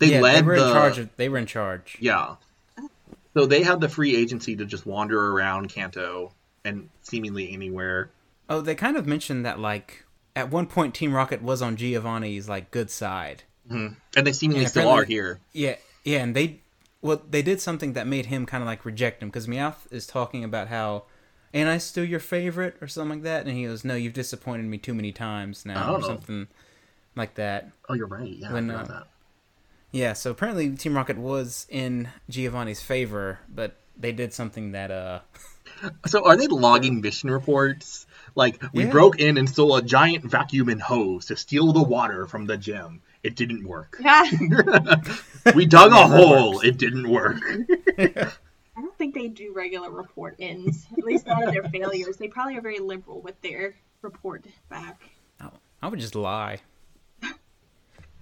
They
yeah,
led
they were
the
in charge. Of, they were in charge.
yeah. So they have the free agency to just wander around Kanto and seemingly anywhere.
Oh, they kind of mentioned that like at one point Team Rocket was on Giovanni's like good side.
And they seemingly
Yeah,
still are
apparently-
here.
Yeah, yeah, and they well they did something that made him kind of like reject him because Meowth is talking about how, and I still your favorite or something like that, and he goes, "No, you've disappointed me too many times now,"
Oh.
or something like that.
Oh, you're right. Yeah, I
When,
forgot
uh,
that.
Yeah, so apparently Team Rocket was in Giovanni's favor, but they did something that uh
So are they logging mission reports? Like we
Yeah.
broke in and stole a giant vacuum and hose to steal the water from the gym. It didn't work.
yeah,
We dug a
Never
hole.
works.
It didn't work.
I don't think they do regular report ins. At least not of their failures. They probably are very liberal with their report back.
I, I would just lie.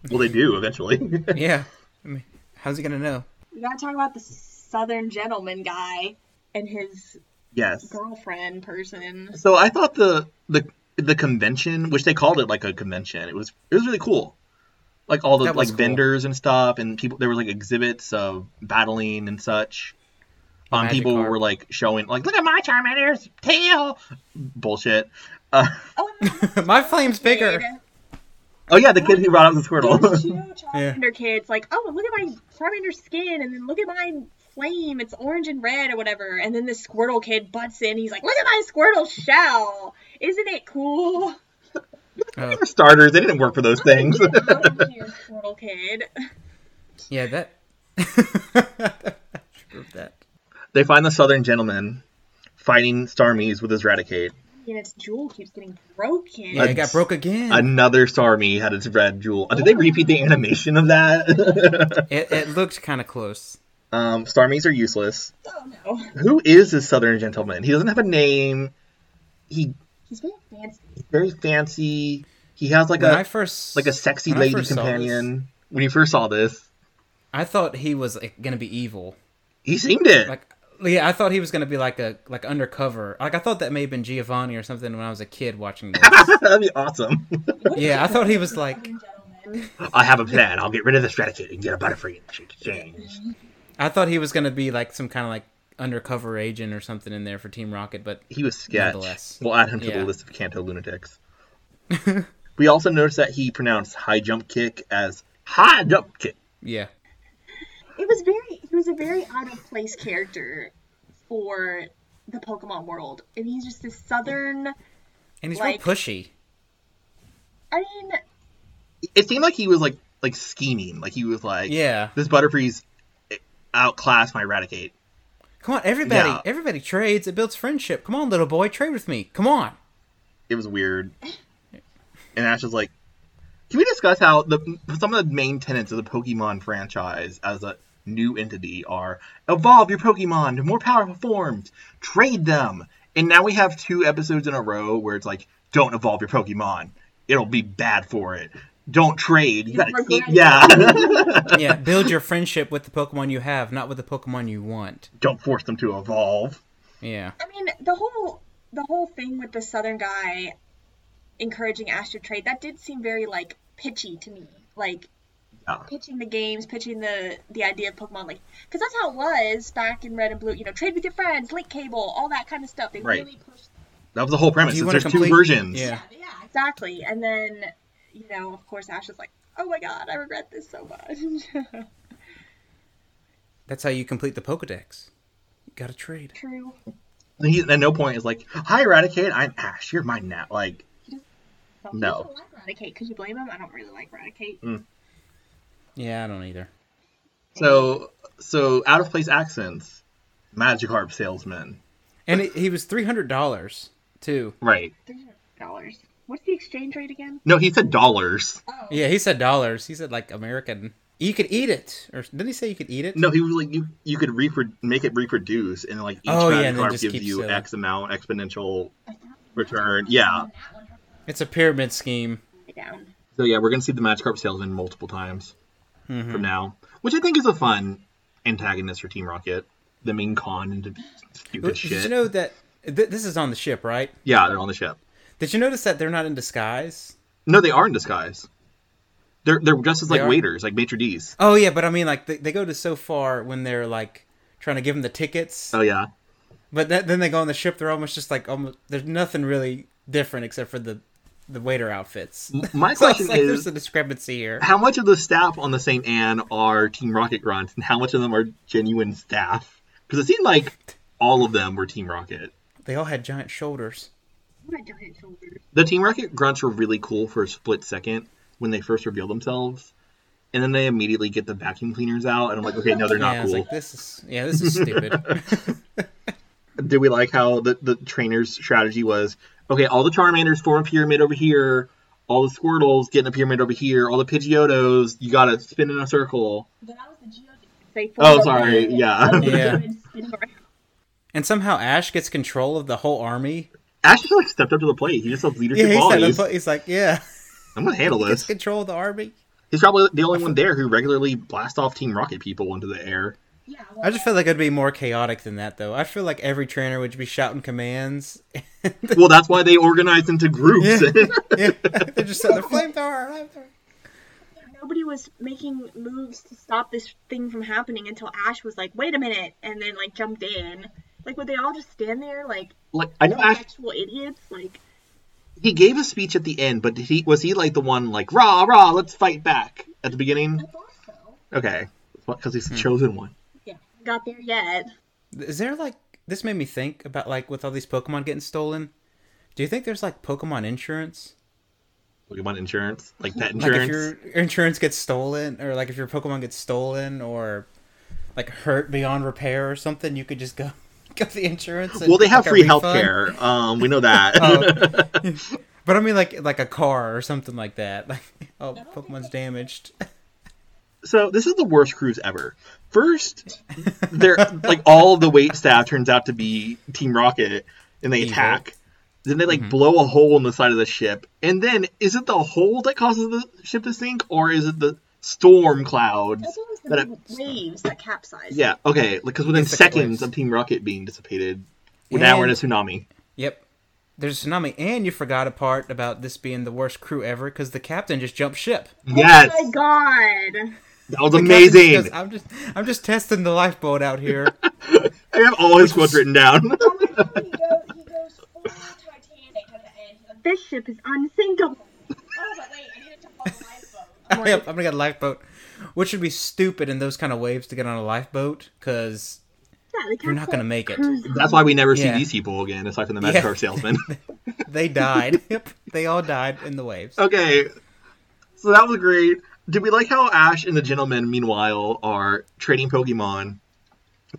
Well, they do eventually.
yeah, I mean, how's he gonna know?
We gotta talk about the Southern gentleman guy and his
yes.
girlfriend person.
So I thought the the the convention, which they called it like a convention, it was it was really cool. Like all the
That
like
was cool.
vendors and stuff, and people there were like exhibits of battling and such. Um, people
Magikarp.
were like showing like look at my Charmander's tail. Bullshit. Uh,
Oh,
My flame's bigger.
oh yeah, the kid who brought up the Squirtle.
two Charmander kids, like, oh, look at my Charmander skin, and then look at my flame. It's orange and red or whatever. And then the Squirtle kid butts in. He's like, look at my Squirtle shell. Isn't it cool?
Oh,
For starters, they didn't work for those things.
Get out of here, Squirtle kid.
yeah, that. that.
they find the Southern gentleman fighting Starmies with his Raticate.
And its jewel keeps getting broken.
Yeah, it got broke again.
Another Starmie had its red jewel. Uh, Did they repeat the animation of that?
It, it looked kind of close.
um, Starmies are useless.
Oh no.
Who is this Southern gentleman? He doesn't have a name. He
He's very fancy.
very fancy. He has like
When
a
I first
like a sexy
when I
lady
first saw this,
companion. When you first saw this,
I thought he was like, gonna be evil.
he seemed it.
Like, yeah, I thought he was gonna be like a like undercover. Like, I thought that may have been Giovanni or something when I was a kid watching this.
That'd be awesome.
yeah, I thought he was like
Gentleman.
I have a plan. I'll get rid of the Raticate and get a Butterfree in exchange.
I thought he was gonna be like some kind of like undercover agent or something in there for Team Rocket, but
He was sketch.
Nonetheless.
We'll add him to
Yeah.
the list of Kanto lunatics. we also noticed that he pronounced high jump kick as high jump kick.
yeah,
It was very he was a very out of place character for the Pokemon world. And he's just this southern
and he's
Like-
real pushy.
I mean
It seemed like he was like like scheming. Like he was like,
Yeah,
this Butterfree's outclassed my Raticate.
come on, everybody,
Yeah.
everybody trades. It builds friendship. Come on, little boy, trade with me. Come on.
It was weird. And Ash was like, can we discuss how the some of the main tenets of the Pokemon franchise as a new entity are evolve your Pokemon to more powerful forms, trade them, and now we have two episodes in a row where it's like, don't evolve your Pokemon, it'll be bad for it. Don't trade. You gotta keep,
Regret it.
yeah.
Yeah, build your friendship with the Pokemon you have, not with the Pokemon you want.
don't force them to evolve.
Yeah.
I mean the whole the whole thing with the southern guy encouraging Ash to trade, that did seem very like pitchy to me. Like
Yeah.
pitching the games, pitching the the idea of Pokemon, like because that's how it was back in Red and Blue. You know, trade with your friends, link cable, all that kind of stuff. They
Right.
really pushed
That was the whole premise.
Do you
is
wanna
There's two
complete-
versions.
Yeah.
Yeah, exactly. And then, you know, of course, Ash is like, oh my god, I regret this so much.
That's how you complete the Pokedex. You gotta trade.
True.
And he, at no point is like, hi, Eradicate, I'm Ash. You're mine now. Like,
But
No. Mm.
I don't like Raticate. Could you blame him? I don't really like Raticate.
Yeah, I don't either.
So, so out of place accents, Magikarp salesman.
And it, he was three hundred dollars too.
Right.
Dollars. What's the exchange rate again?
No, he said dollars.
Oh.
Yeah, he said dollars. He said like American. You could eat it, or didn't he say you could eat it?
No, he was like you. You could repro- make it reproduce, and like each
Oh, yeah,
radicarb
and then just
gives
keep
you
selling.
X amount exponential return. Yeah.
It's a pyramid scheme.
Down.
So yeah, we're gonna see the Magikarp salesman multiple times
Mm-hmm.
from now, which I think is a fun antagonist for Team Rocket. The main con into stupid
Did
shit.
you know that th- this is on the ship, right?
yeah, they're on the ship.
Did you notice that they're not in disguise?
No, they are in disguise. They're they're dressed as
They
like
are?
waiters, like maitre d's.
Oh yeah, but I mean, like they, they go to so far when they're like trying to give them the tickets,
Oh yeah,
but that, then they go on the ship. They're almost just like almost. There's nothing really different except for the the waiter outfits.
my
So it's
question
like,
is,
there's a discrepancy here.
how much of the staff on the Saint Anne are Team Rocket grunts, and how much of them are genuine staff? Because it seemed like all of them were Team Rocket.
They all had giant shoulders.
What a giant shoulder.
The Team Rocket grunts were really cool for a split second when they first reveal themselves, and then they immediately get the vacuum cleaners out, and I'm like, okay, no, they're
yeah,
not
I was
cool.
like, this is yeah, this is stupid.
Did we like how the, the trainer's strategy was? Okay, all the Charmanders form a pyramid over here, all the Squirtles get in a pyramid over here, all the Pidgeotos, you gotta spin in a circle.
Then I was the geodesic.
Oh, sorry, yeah.
Yeah.
Spin
and somehow Ash gets control of the whole army.
Ash just like stepped up to the plate. He just loves
Yeah,
leadership
he's, at the
qualities.
po- he's like, yeah,
I'm gonna handle
gets
this.
control of the army.
He's probably the only one there who regularly blasts off Team Rocket people into the air.
yeah,
I
well,
just feel like it'd be more chaotic than that, though. I feel like every trainer would be shouting commands.
Well, that's why they organize into groups.
Yeah. yeah, they're just setting the flamethrower. flamethrower.
Nobody was making moves to stop this thing from happening until Ash was like, "Wait a minute," and then like jumped in. Like, would they all just stand there like
like I know Ash
actual idiots? Like,
he gave a speech at the end, but did he was he like the one like rah rah let's fight back at the beginning?
I thought so.
Okay, because he's the
Hmm.
chosen one.
got there yet?
Is there like this made me think about like with all these Pokemon getting stolen? Do you think there's like Pokemon insurance?
Pokemon insurance, like pet
Like if
insurance.
your insurance gets stolen, or like if your Pokemon gets stolen, or like hurt beyond repair or something, you could just go go to the insurance. and
well, they
get, like,
have
a
free
refund? Oh,
healthcare. Um, we know that.
But I mean, like like a car or something like that. Like, oh, Pokemon's damaged.
so this is the worst cruise ever. First, they're like all the wait staff turns out to be Team Rocket, and they
Evil. Mm-hmm.
attack. Then they like blow a hole in the side of the ship, and then is it the hole that causes the ship to sink, or is it the storm clouds?
I think it was
that
the
it-
big waves that capsized.
Yeah, okay. Because within
It's the
seconds
cliffs.
of Team Rocket being dissipated, well, now we're in a
And-
tsunami.
Yep. There's a tsunami, and you forgot a part about this being the worst crew ever because the captain just jumped ship.
Yes,
Oh my god.
that was
The captain just
amazing.
goes, I'm just, I'm just testing the lifeboat out here.
I have all his quotes written
He
down.
goes, he goes full Titanic at the end. He's like,
This ship is unsinkable.
oh, but wait, I need to follow the lifeboat.
yep, I'm gonna get a lifeboat, which would be stupid in those kind of waves to get on a lifeboat because
Yeah, the
you're not gonna make it.
That's why we never
Yeah.
see these people again, aside from the
Yeah.
Magikarp salesman.
They died. yep, they all died in the waves.
okay, so that was great. Did we like how Ash and the gentleman, meanwhile, are trading Pokemon?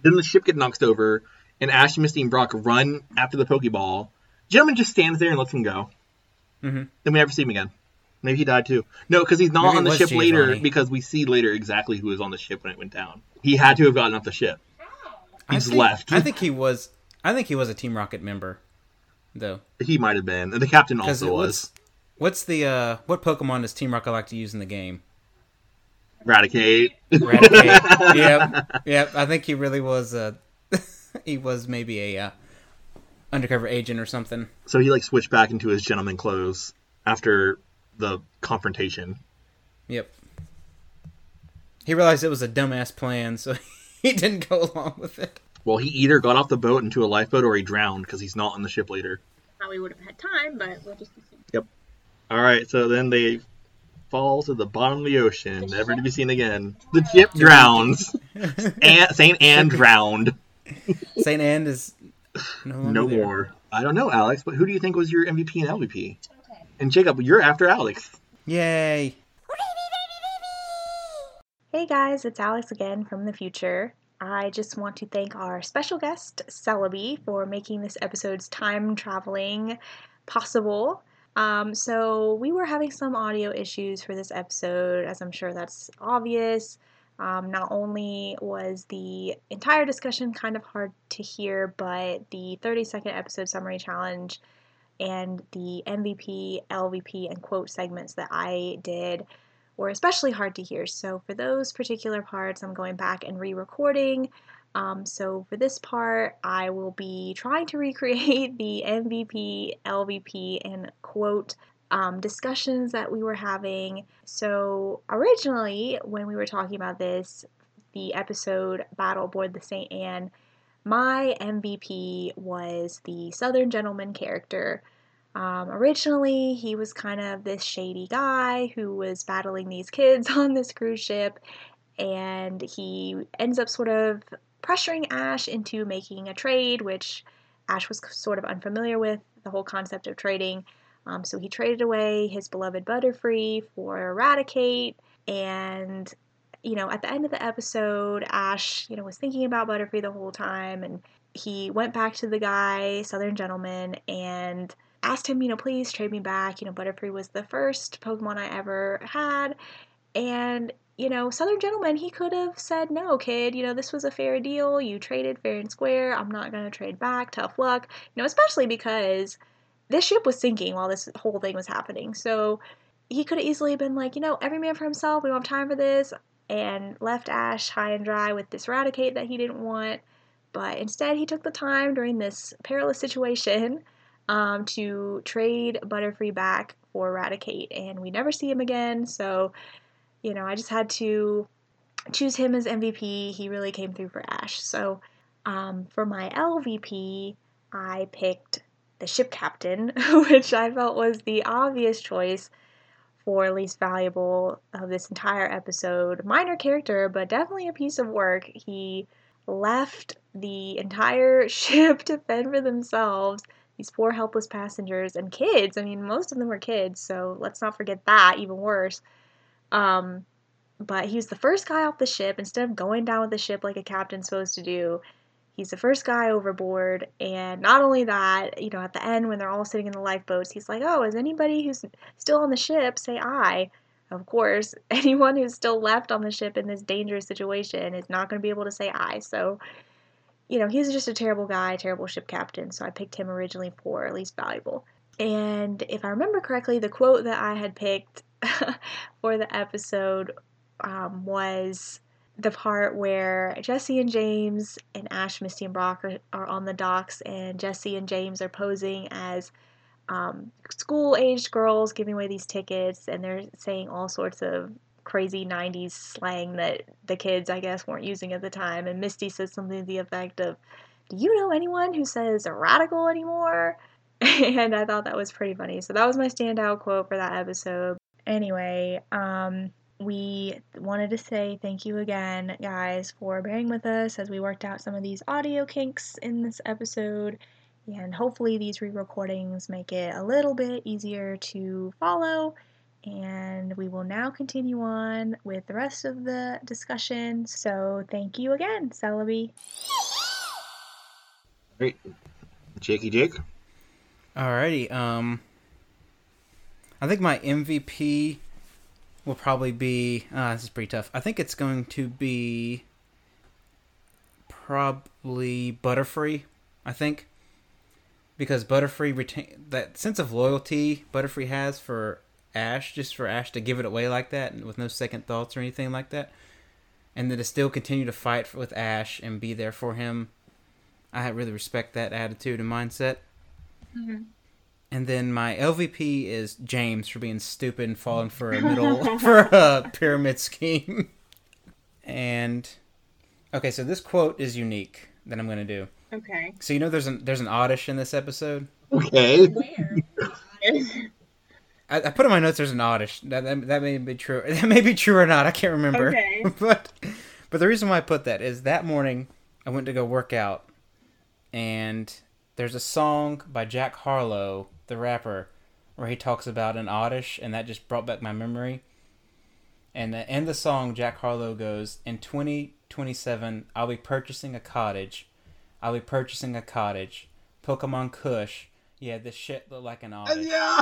Then the ship gets knocked over, and Ash, Misty, and Brock run after the Pokeball. Gentleman just stands there and lets him go.
Mhm.
Then we never see him again. Maybe he died too. No, because he's not
Maybe
on
it
the
was
ship later
Giovanni.
because we see later exactly who was on the ship when it went down. He had to have gotten off the ship.
I
He's
think-
left.
I think he was. I think he was a Team Rocket member, though.
He might have been. And the captain
Because
also was.
What's the uh? What Pokemon does Team Rocket like to use in the game?
Radicate.
Raticate. yep, yep. I think he really was a. he was maybe a uh, undercover agent or something.
so he like switched back into his gentleman clothes after the confrontation.
Yep. He realized it was a dumbass plan, so he didn't go along with it.
Well, he either got off the boat into a lifeboat or he drowned because he's not on the ship later.
Now we would have had time, but we'll just assume.
All right, so then they fall to the bottom of the ocean, never to be seen again. The ship drowns. An- Saint Anne drowned.
Saint Anne is no, longer
No
there.
more. I don't know, Alex, but who do you think was your MVP and LVP?
Okay.
And Jacob, you're after Alex.
Yay!
Hey guys, it's Alex again from the future. I just want to thank our special guest, Celebi, for making this episode's time traveling possible. Um, so we were having some audio issues for this episode, as I'm sure that's obvious. Um, not only was the entire discussion kind of hard to hear, but the 30 second episode summary challenge and the MVP, LVP, and quote segments that I did were especially hard to hear. So for those particular parts, I'm going back and re recording. Um, so for this part, I will be trying to recreate the MVP, LVP, and quote um, discussions that we were having. So originally, when we were talking about this, the episode Battle Aboard the St. Anne, my MVP was the Southern gentleman character. Um, originally, he was kind of this shady guy who was battling these kids on this cruise ship, and he ends up sort of pressuring Ash into making a trade, which Ash was sort of unfamiliar with the whole concept of trading. Um, so he traded away his beloved Butterfree for Eradicate, and you know, at the end of the episode, Ash, you know, was thinking about Butterfree the whole time, and he went back to the guy, Southern Gentleman, and asked him, you know, please trade me back. You know, Butterfree was the first Pokemon I ever had, and you know, Southern Gentleman, he could have said, no, kid, you know, this was a fair deal. You traded fair and square. I'm not going to trade back. Tough luck. You know, especially because this ship was sinking while this whole thing was happening. So he could have easily been like, you know, every man for himself. We don't have time for this. And left Ash high and dry with this Raticate that he didn't want. But instead, he took the time during this perilous situation um, to trade Butterfree back for Raticate. And we never see him again. So you know, I just had to choose him as MVP. He really came through for Ash. So um, for my LVP, I picked the ship captain, which I felt was the obvious choice for least valuable of this entire episode. Minor character, but definitely a piece of work. He left the entire ship to fend for themselves. These poor helpless passengers and kids. I mean, most of them were kids, so let's not forget that, even worse. Um, but he was the first guy off the ship. Instead of going down with the ship like a captain's supposed to do, he's the first guy overboard. And not only that, you know, at the end when they're all sitting in the lifeboats, he's like, "Oh, is anybody who's still on the ship? Say I." Of course, anyone who's still left on the ship in this dangerous situation is not going to be able to say I. So, you know, he's just a terrible guy, terrible ship captain. So I picked him originally for least valuable. And if I remember correctly, the quote that I had picked for the episode um, was the part where Jesse and James and Ash, Misty, and Brock are, are on the docks, and Jesse and James are posing as um, school aged girls giving away these tickets, and they're saying all sorts of crazy 90s slang that the kids, I guess, weren't using at the time. And Misty says something to the effect of, Do you know anyone who says radical anymore? and I thought that was pretty funny. So that was my standout quote for that episode anyway, um, we wanted to say thank you again, guys, for bearing with us as we worked out some of these audio kinks in this episode. And hopefully, these re recordings make it a little bit easier to follow. And we will now continue on with the rest of the discussion. So, thank you again, Celebi.
Great. Jakey Jake.
Alrighty. Um, I think my MVP will probably be. Uh, this is pretty tough. I think it's going to be probably Butterfree. I think because Butterfree retain that sense of loyalty Butterfree has for Ash, just for Ash to give it away like that and with no second thoughts or anything like that, and then to still continue to fight for, with Ash and be there for him. I really respect that attitude and mindset. And then my LVP is James for being stupid and falling for a middle for a pyramid scheme. And okay, so this quote is unique that I'm going to do.
Okay.
So you know there's an there's an oddish in this episode.
Okay.
Where?
I, I put in my notes there's an oddish. That, that that may be true. That may be true or not. I can't remember.
Okay.
but but the reason why I put that is that morning I went to go work out, and there's a song by Jack Harlow, the rapper, where he talks about an oddish, and that just brought back my memory. And the end of the song, Jack Harlow goes, "In 2027, I'll be purchasing a cottage. I'll be purchasing a cottage. Pokemon Kush. Yeah, this shit look like an oddish."
Yeah.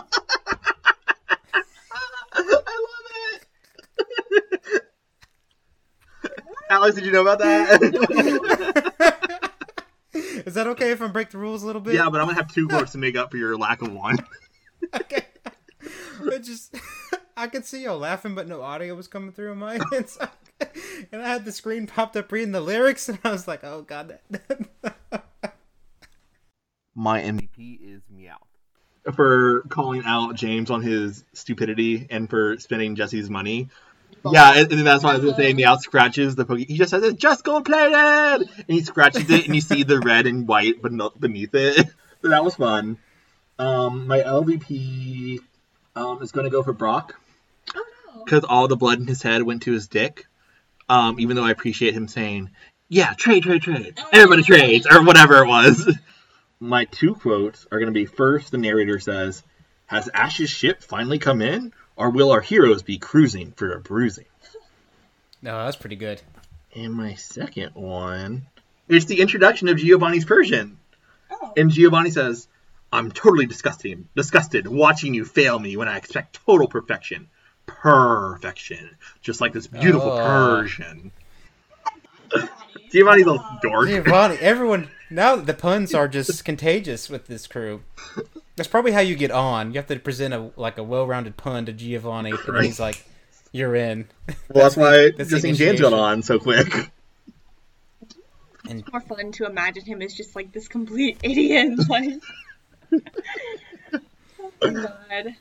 Alex, did you know about that?
Is that okay if I break the rules a little bit?
yeah, but I'm gonna have two quotes to make up for your lack of one.
okay. I just I could see y'all laughing, but no audio was coming through on my end. so- and I had the screen popped up reading the lyrics, and I was like, "Oh God!" That,
My MVP is Meow. For calling out James on his stupidity and for spending Jesse's money. Yeah, and, and that's why I was gonna say Meow scratches the Pokemon. He just says it's just gold plated, and he scratches it, and you see the red and white beno- beneath it. so that was fun. Um, my LVP um, is gonna go for Brock
Oh no.
because all the blood in his head went to his dick. Um, even though I appreciate him saying, "Yeah, trade, trade, trade.
Oh,
Everybody trades," or whatever it was. My two quotes are going to be: first, the narrator says, "Has Ash's ship finally come in, or will our heroes be cruising for a bruising?"
no, that was pretty good.
And my second one is the introduction of Giovanni's Persian.
Oh.
And Giovanni says, I'm totally disgusting, disgusted watching you fail me when I expect total perfection. Perfection. Just like this beautiful
Oh.
Persian. Giovanni's a dork.
Giovanni, everyone now the puns are just contagious with this crew. That's probably how you get on. You have to present a like a well-rounded pun to Giovanni, and he's like, "You're in."
well, that's why
that's
Justin James got
initiation.
on so quick.
More fun to imagine him as just like this complete idiot. Like, oh my god.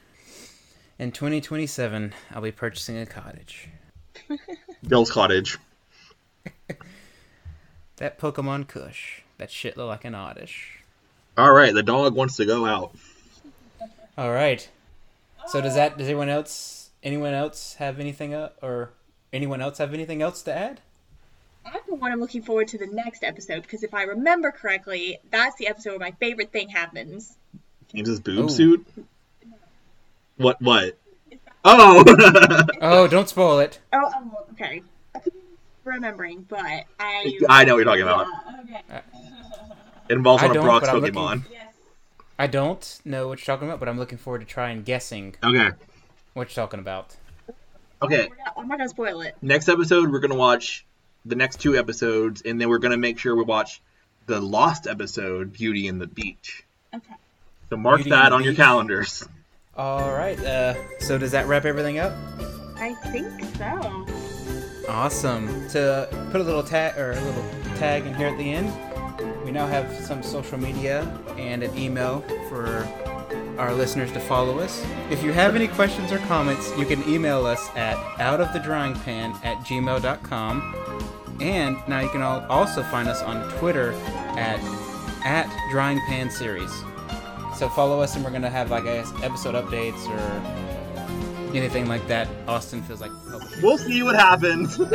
In 2027, I'll be purchasing a cottage.
Bill's Cottage.
That Pokemon Kush. That shit look like an oddish.
All right, the dog wants to go out.
All right. So does that does anyone else anyone else have anything up or anyone else have anything else to add?
I for one am looking forward to the next episode because if I remember correctly, that's the episode where my favorite thing happens.
James's boob
Ooh.
suit? What? What? Oh!
Oh, don't spoil it.
Oh, oh well, okay. I could be remembering, but I Uh,
I know what you're talking about.
Okay.
It involves
I
one of
don't,
Brock's
but I'm
Pokemon.
Yes.
I don't know what you're talking about, but I'm looking forward to trying guessing
Okay.
what you're talking about.
Okay.
I'm not gonna spoil it.
Next episode, we're gonna watch the next two episodes, and then we're gonna make sure we watch the lost episode, Beauty and the Beach.
Okay.
So mark
Beauty and
that
the
on your
Beach.
calendars.
All right. Uh, so does that wrap everything up?
I think so.
Awesome. To put a little tag or a little tag in here at the end, we now have some social media and an email for our listeners to follow us. If you have any questions or comments, you can email us at outofthedryingpan at gmail.com. And now you can al- also find us on Twitter at at dryingpan series. So follow us and we're gonna have like guess episode updates or anything like that. Austin feels like publishing.
We'll see what happens.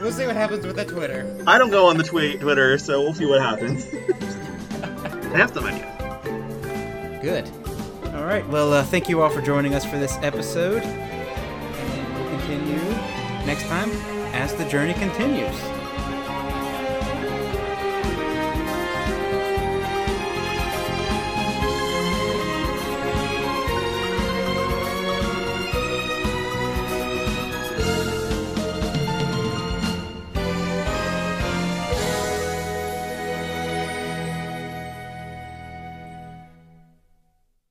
We'll see what happens with the Twitter.
I don't go on the tweet Twitter, so we'll see what happens. I have some ideas.
Good. All right. Well, uh, thank you all for joining us for this episode. And we'll continue next time as the journey continues.